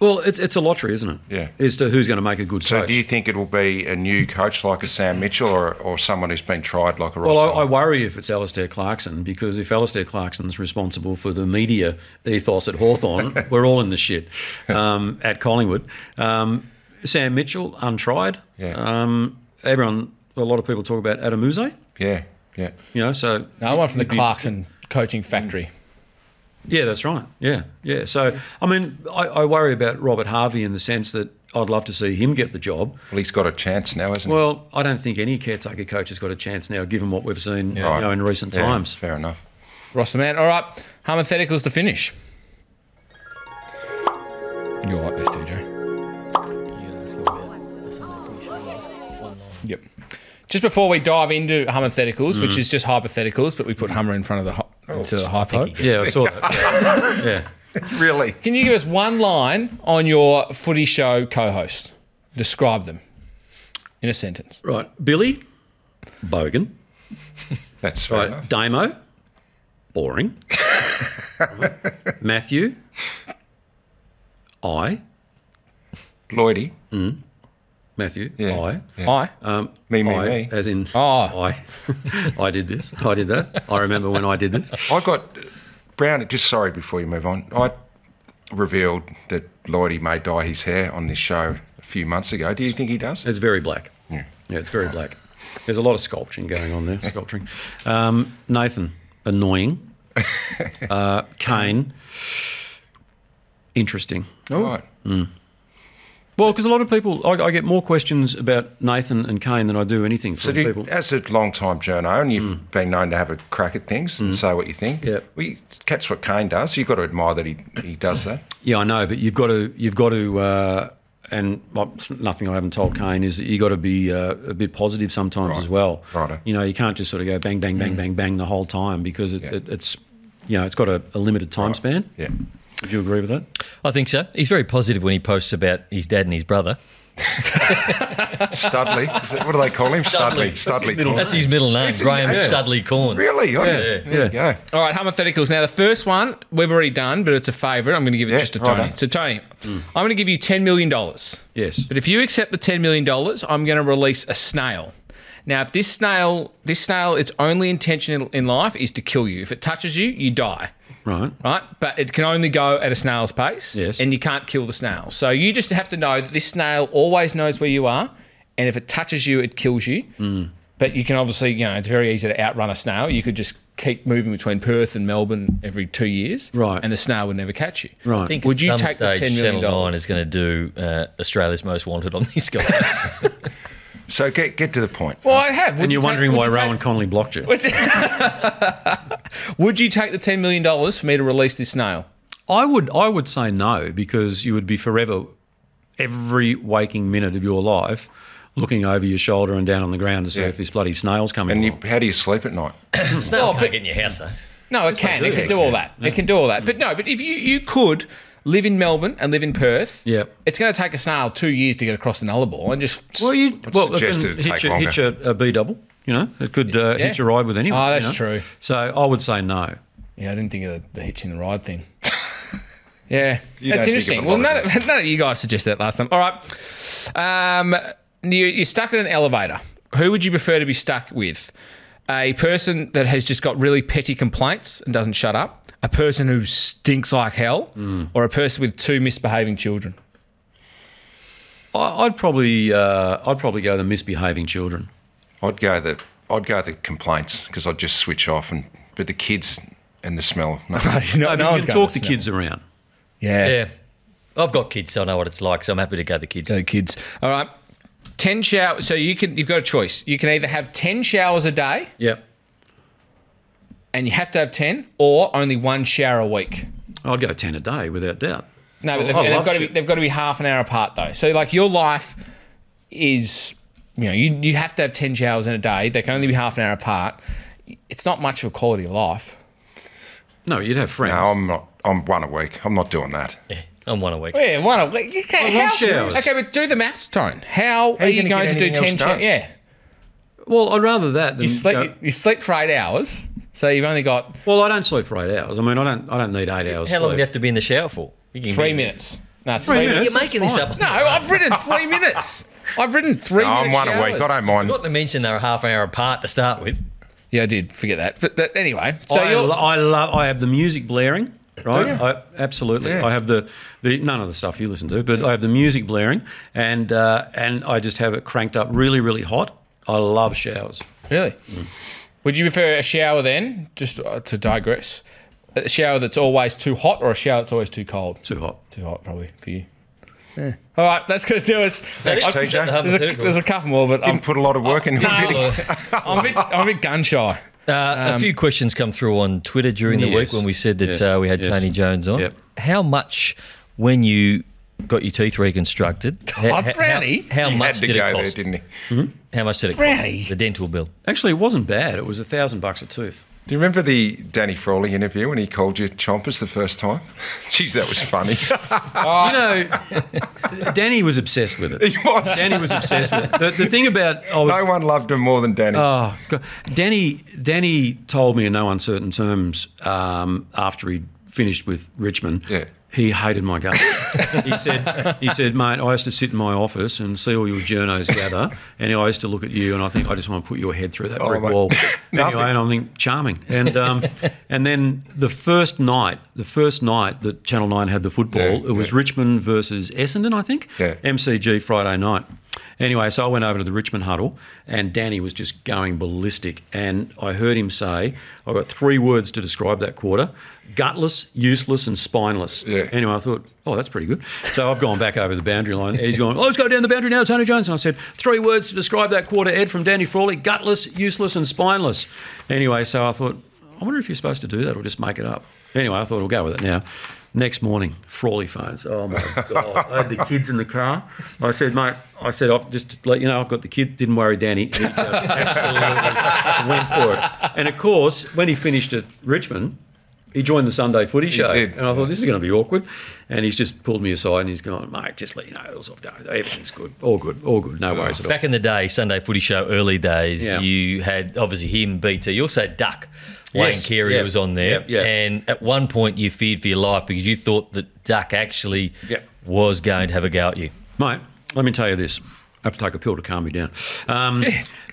S3: Well, it's it's a lottery, isn't it?
S4: Yeah.
S3: As to who's going to make a good
S4: So
S3: coach.
S4: do you think it will be a new coach like a Sam Mitchell or, or someone who's been tried like a Ross?
S3: Well, I, I
S4: Lyon?
S3: worry if it's Alistair Clarkson because if Alistair Clarkson's responsible for the media ethos at Hawthorn, we're all in the shit um, at Collingwood. Um, Sam Mitchell, untried.
S4: Yeah.
S3: Um, everyone, a lot of people talk about Adamuse,
S4: yeah, yeah.
S3: you know, so.
S1: No, I want from the Clarkson coaching factory.
S3: Yeah, that's right. Yeah, yeah. So, I mean, I, I worry about Robert Harvey in the sense that I'd love to see him get the job.
S4: Well, he's got a chance now, hasn't
S3: Well, I don't think any caretaker coach has got a chance now, given what we've seen
S4: he?
S3: you know, in recent
S4: Yeah,
S3: times.
S4: Fair enough.
S1: Ross the man. All right, hypotheticals to finish. You like this, TJ? Yep. Just before we dive into hypotheticals, which
S3: Mm.
S1: is just hypotheticals, but we put Hummer in front of the ho-
S3: Oh,
S1: instead of the hypo.
S3: Yeah, I saw that. yeah.
S4: Really?
S1: Can you give us one line on your footy show co-host? Describe them in a sentence.
S3: Right, Billy, bogan.
S4: That's fair
S3: Right,
S4: enough.
S3: Damo, boring. Right, Matthew, I,
S4: Lloydie,
S3: Matthew,
S4: Yeah.
S3: I,
S4: Ah.
S1: I.
S4: Uh, me, me,
S3: I,
S4: me.
S3: as in
S1: Oh.
S3: I, I did this, I did that. I remember when I did this.
S4: I got Brown. Just sorry before you move on. I revealed that Lloydie may dye his hair on this show a few months ago. Do you think he does?
S3: It's very black. Yeah, it's very black. There's a lot of sculpting going on there. Sculpturing. Um, Nathan, annoying. Uh, Kane, interesting.
S4: Right.
S3: Well, because a lot of people, I, I get more questions about Nathan and Kane than I do anything from
S4: So, do you,
S3: people.
S4: as a long-time journo, and you've been known to have a crack at things and say what you think,
S3: Yep.
S4: we catch what Kane does. You've got to admire that he, he does that.
S3: Yeah, I know, but you've got to, you've got to, uh, and well, it's nothing I haven't told Kane is that you got to be uh, a bit positive sometimes as well.
S4: Righto.
S3: You know, you can't just sort of go bang, bang,
S1: Mm.
S3: bang, bang, bang the whole time because it, it, it's, you know, it's got a, a limited time span.
S4: Yeah.
S3: Would you agree with that?
S2: I think so. He's very positive when he posts about his dad and his brother.
S4: Studley. Is that, what do they call him? Studley.
S2: Studley.
S4: Studley.
S2: That's his middle name,
S4: his
S2: Graham
S4: name.
S2: Studley Corns.
S4: Really? Yeah. There you go.
S1: All right, hypotheticals. Now, the first one we've already done, but it's a favourite. I'm going to give it
S4: Yeah,
S1: just to
S4: right
S1: Tony.
S4: on. Hmm.
S1: So, Tony, I'm going to give you $10 million. But
S3: Yes.
S1: if you accept the $10 million, I'm going to release a snail. Now, if this snail, this snail, its only intention in, in life is to kill you. If it touches you, you die.
S3: Right.
S1: Right, but it can only go at a snail's pace,
S3: Yes.
S1: and you can't kill the snail. So you just have to know that this snail always knows where you are,
S3: Mm.
S1: and if it touches you, it kills you. But you can obviously, you know, it's very easy to outrun a snail. You could just keep moving between Perth and Melbourne every two years,
S3: Right.
S1: And the snail would never catch you,
S3: Right.
S2: I think
S1: Would
S2: at
S1: you
S2: some
S1: take the
S2: stage,
S1: ten million
S2: Channel 9
S1: dollars?
S2: is going to do uh, Australia's Most Wanted on this guy.
S4: So get get to the point.
S1: Well, I have. Would
S3: and
S1: you
S3: you're
S1: take-
S3: wondering
S1: would
S3: why
S1: you take-
S3: Rowan Connolly blocked you.
S1: Would you take the ten million dollars for me to release this snail?
S3: I would I would say no because you would be forever every waking minute of your life looking over your shoulder and down on the ground to see if this bloody snail's coming
S4: And you,
S3: along.
S4: how do you sleep at night?
S2: it's not like in your house, though.
S1: No, it can. It can do all that. It can do all that. But no, but if you you could live in Melbourne and live in Perth,
S3: Yeah.
S1: it's going to take a snail two years to get across the Nullarbor and just.
S3: Well, you
S4: I'd
S3: well, it
S4: suggest
S3: can
S4: it'd
S3: hit
S4: take
S3: you, hit you a B double. You know, it could uh,
S1: Yeah.
S3: hit your ride with anyone.
S1: Oh,
S3: you
S1: that's
S3: know.
S1: true.
S3: So I would say no.
S1: Yeah, I didn't think of the, the hitching the ride thing. yeah,
S4: don't think
S1: that's
S4: of
S1: interesting.
S4: a
S1: Well,
S4: lot
S1: none
S4: of
S1: of, none of you guys suggested that last time. All right, um, you, you're stuck in an elevator. Who would you prefer to be stuck with? A person that has just got really petty complaints and doesn't shut up, a person who stinks like hell, or a person with two misbehaving children.
S3: I, I'd probably uh, I'd probably go the misbehaving children.
S4: I'd go the I'd go the complaints because I'd just switch off and but the kids and the smell. No.
S1: No,
S3: I mean,
S1: no
S3: you
S1: one's
S3: can
S1: going
S3: talk the
S1: smell.
S3: kids around.
S1: Yeah.
S2: Yeah. I've got kids, so I know what it's like, so I'm happy to go the kids.
S1: So kids. All right. Ten showers. So you can you've got a choice. You can either have ten showers a day,
S3: Yep.
S1: and you have to have ten, or only one shower a week.
S3: I'd go ten a day without doubt.
S1: No, but
S3: I
S1: they've, they've
S3: love
S1: got to be
S3: shit.
S1: they've got to be half an hour apart though. So like your life is, you know, you you have to have ten showers in a day. They can only be half an hour apart. It's not much of a quality of life.
S3: No, you'd have friends.
S4: No, I'm not. I'm one a week. I'm not doing that.
S2: Yeah, I'm one a week.
S1: Yeah, one a week. You can't-
S3: I love
S1: how-
S3: showers.
S1: Okay, but do the maths, Tone. How, are
S4: you
S1: you
S4: gonna
S1: going
S4: get
S1: to do
S4: anything
S1: ten?
S4: else
S1: Show-
S4: done?
S1: yeah,
S3: well, I'd rather that than
S1: you sleep
S3: Mm, go-
S1: you, you sleep for eight hours, so you've only got
S3: Well, I don't sleep for eight hours. I mean, I don't. I don't need eight hours.
S2: How long do you
S3: sleep.
S2: have to be in the shower for? You can
S1: three
S2: be-
S1: minutes. No, it's
S3: Three
S1: three
S3: minutes?
S1: minutes.
S2: You're making
S3: That's
S2: this
S3: fine.
S2: up.
S1: No, I've ridden three minutes. I've ridden three
S4: No, I'm
S1: minutes.
S4: one a week. I don't mind.
S2: Not to mention they're a half an hour apart to start with.
S1: Yeah, I did. Forget that. But, but anyway, so
S3: I,
S1: you're.
S3: lo- I love. I have the music blaring. Right,
S4: Do ya?
S3: I, absolutely.
S4: Yeah.
S3: I have the, the none of the stuff you listen to, but I have the music blaring, and uh, and I just have it cranked up really, really hot. I love showers.
S1: Really? Would you prefer a shower then, just uh, to digress, a shower that's always too hot or a shower that's always too cold?
S3: Too hot.
S1: Too hot, probably, for you. All right, that's going to do us.
S4: Thanks,
S1: I-
S4: TJ.
S1: There's a, there's a couple more, but I'm,
S4: Put a lot of work into it.
S1: no, I'm, a bit, I'm a bit gun shy.
S2: Uh, a few questions come through on Twitter during the
S3: Um, Yes.
S2: week when we said that
S3: Yes.
S2: uh, we had
S3: Yes.
S2: Tony Jones on.
S3: Yep.
S2: How much, when you got your teeth reconstructed,
S3: Oh,
S2: ho- ho-
S1: Brownie.
S2: How, how
S4: He had
S2: much
S4: to
S2: did it
S4: go
S2: cost?
S4: there, didn't he?
S2: How much did it
S1: Brownie.
S2: cost? The dental bill.
S3: Actually, it wasn't bad. It was a thousand bucks a tooth.
S4: Do you remember the Danny Frawley interview when he called you Chompers the first time? Jeez, that was funny.
S3: You know, Danny was obsessed with it.
S4: Oh. he was.
S3: Danny was obsessed with it. The, the thing about I was
S4: No one loved him more than Danny.
S3: Oh, God. Danny, Danny told me in no uncertain terms um, after he finished with Richmond.
S4: Yeah.
S3: He hated my guts. he said, "He said, mate, I used to sit in my office and see all your journos gather, and I used to look at you, and I think I just want to put your head through that brick
S4: Oh, mate.
S3: wall."
S4: Nothing.
S3: anyway, and I'm thinking charming, and um, and then the first night, the first night that Channel Nine had the football,
S4: Yeah,
S3: it was
S4: yeah.
S3: Richmond versus Essendon, I think.
S4: Yeah.
S3: MCG Friday night. Anyway, so I went over to the Richmond huddle and Danny was just going ballistic. And I heard him say, I've got three words to describe that quarter gutless, useless, and spineless.
S4: Yeah.
S3: Anyway, I thought, oh, that's pretty good. So I've gone back over the boundary line. He's going, oh, let's go down the boundary now, Tony Jones. And I said, three words to describe that quarter, Ed, from Danny Frawley gutless, useless, and spineless. Anyway, so I thought, I wonder if you're supposed to do that or just make it up. Anyway, I thought we'll go with it now. Next morning, Frawley phones. Oh my god! I had the kids in the car. I said, mate. I said, I've just to let you know, I've got the kid. Didn't worry, Danny. He just absolutely went for it. And of course, when he finished at Richmond, he joined the Sunday Footy Show.
S4: did.
S3: And I thought this is going to be awkward. And he's just pulled me aside and he's gone, mate. Just let you know, it's all done. everything's good. All good. All good. No worries at all.
S2: Back in the day, Sunday Footy Show, early days,
S3: Yeah.
S2: you had obviously him, BT. You also had Duck. Wayne
S3: Yes,
S2: Carey
S3: yeah,
S2: was on there.
S3: yeah, yeah.
S2: And at one point, you feared for your life because you thought that Duck actually
S3: Yeah.
S2: was going to have a go at you.
S3: Mate, let me tell you this. I have to take a pill to calm me down. Um,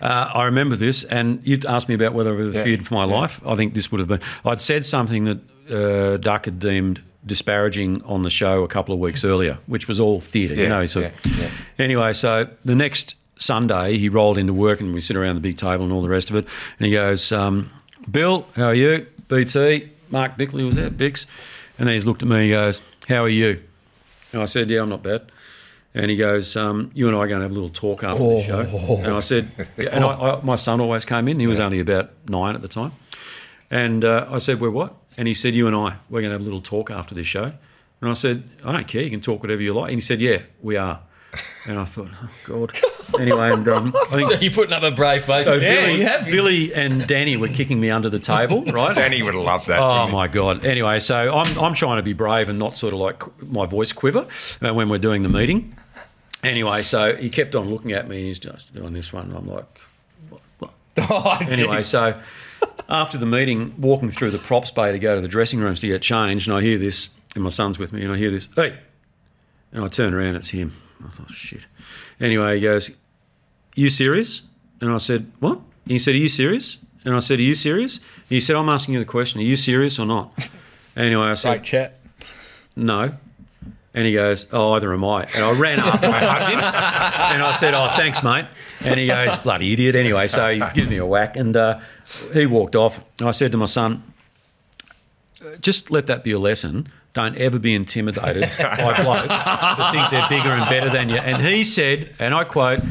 S3: uh, I remember this, and you'd asked me about whether I ever feared for my life. I think this would have been. I'd said something that uh, Duck had deemed disparaging on the show a couple of weeks earlier, which was all theatre. you
S4: Yeah,
S3: know, so
S4: yeah, yeah.
S3: Anyway, so the next Sunday, he rolled into work and we sit around the big table and all the rest of it. And he goes, um, Bill, how are you? BT, Mark Nickley was there, Bix. And then he's looked at me and goes, How are you? And I said, Yeah, I'm not bad. And he goes, um, You and I are going to have a little talk after the show. And I said, yeah, And I, I, my son always came in. He was only about nine at the time. And uh, I said, We're what? And he said, You and I, we're going to have a little talk after this show. And I said, I don't care. You can talk whatever you like. And he said, Yeah, we are. And I thought, Oh, God. Anyway, and um, I think.
S2: So you put another brave face.
S3: So
S2: on.
S3: Billy, Billy and Danny were kicking me under the table, right?
S4: Danny would have loved that.
S3: Oh my god! Anyway, so I'm I'm trying to be brave and not sort of like qu- my voice quiver uh, when we're doing the meeting. Anyway, so he kept on looking at me. He's just doing this one. and I'm like, what- what? anyway, so after the meeting, walking through the props bay to go to the dressing rooms to get changed, and I hear this, and my son's with me, and I hear this, hey, and I turn around, it's him. I thought, shit. Anyway, he goes, you serious? And I said, what? And he said, are you serious? And I said, are you serious? And he said, I'm asking you the question, are you serious or not? Anyway, I said,
S1: Great chat.
S3: no. And he goes, oh, either am I. And I ran up and I hugged him. And I said, oh, thanks, mate. And he goes, bloody idiot. Anyway, so he gives me a whack. And uh, he walked off. And I said to my son, "Uh, just let that be a lesson. Don't ever be intimidated by blokes that think they're bigger and better than you. And he said, and I quote,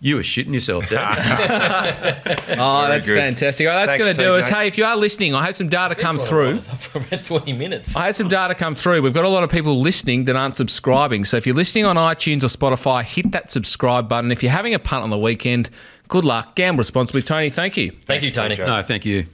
S3: you were shitting yourself, Dad.
S1: Oh, that's
S4: good.
S1: fantastic. All right, that's
S4: Thanks,
S1: going to do
S4: TJ.
S1: us. Hey, if you are listening, I had some data come through.
S2: for about twenty minutes.
S1: I had some data come through. We've got a lot of people listening that aren't subscribing. So if you're listening on iTunes or Spotify, hit that subscribe button. If you're having a punt on the weekend, good luck. Gamble responsibly. Tony, thank you.
S2: Thank you, Tony.
S3: no, thank you.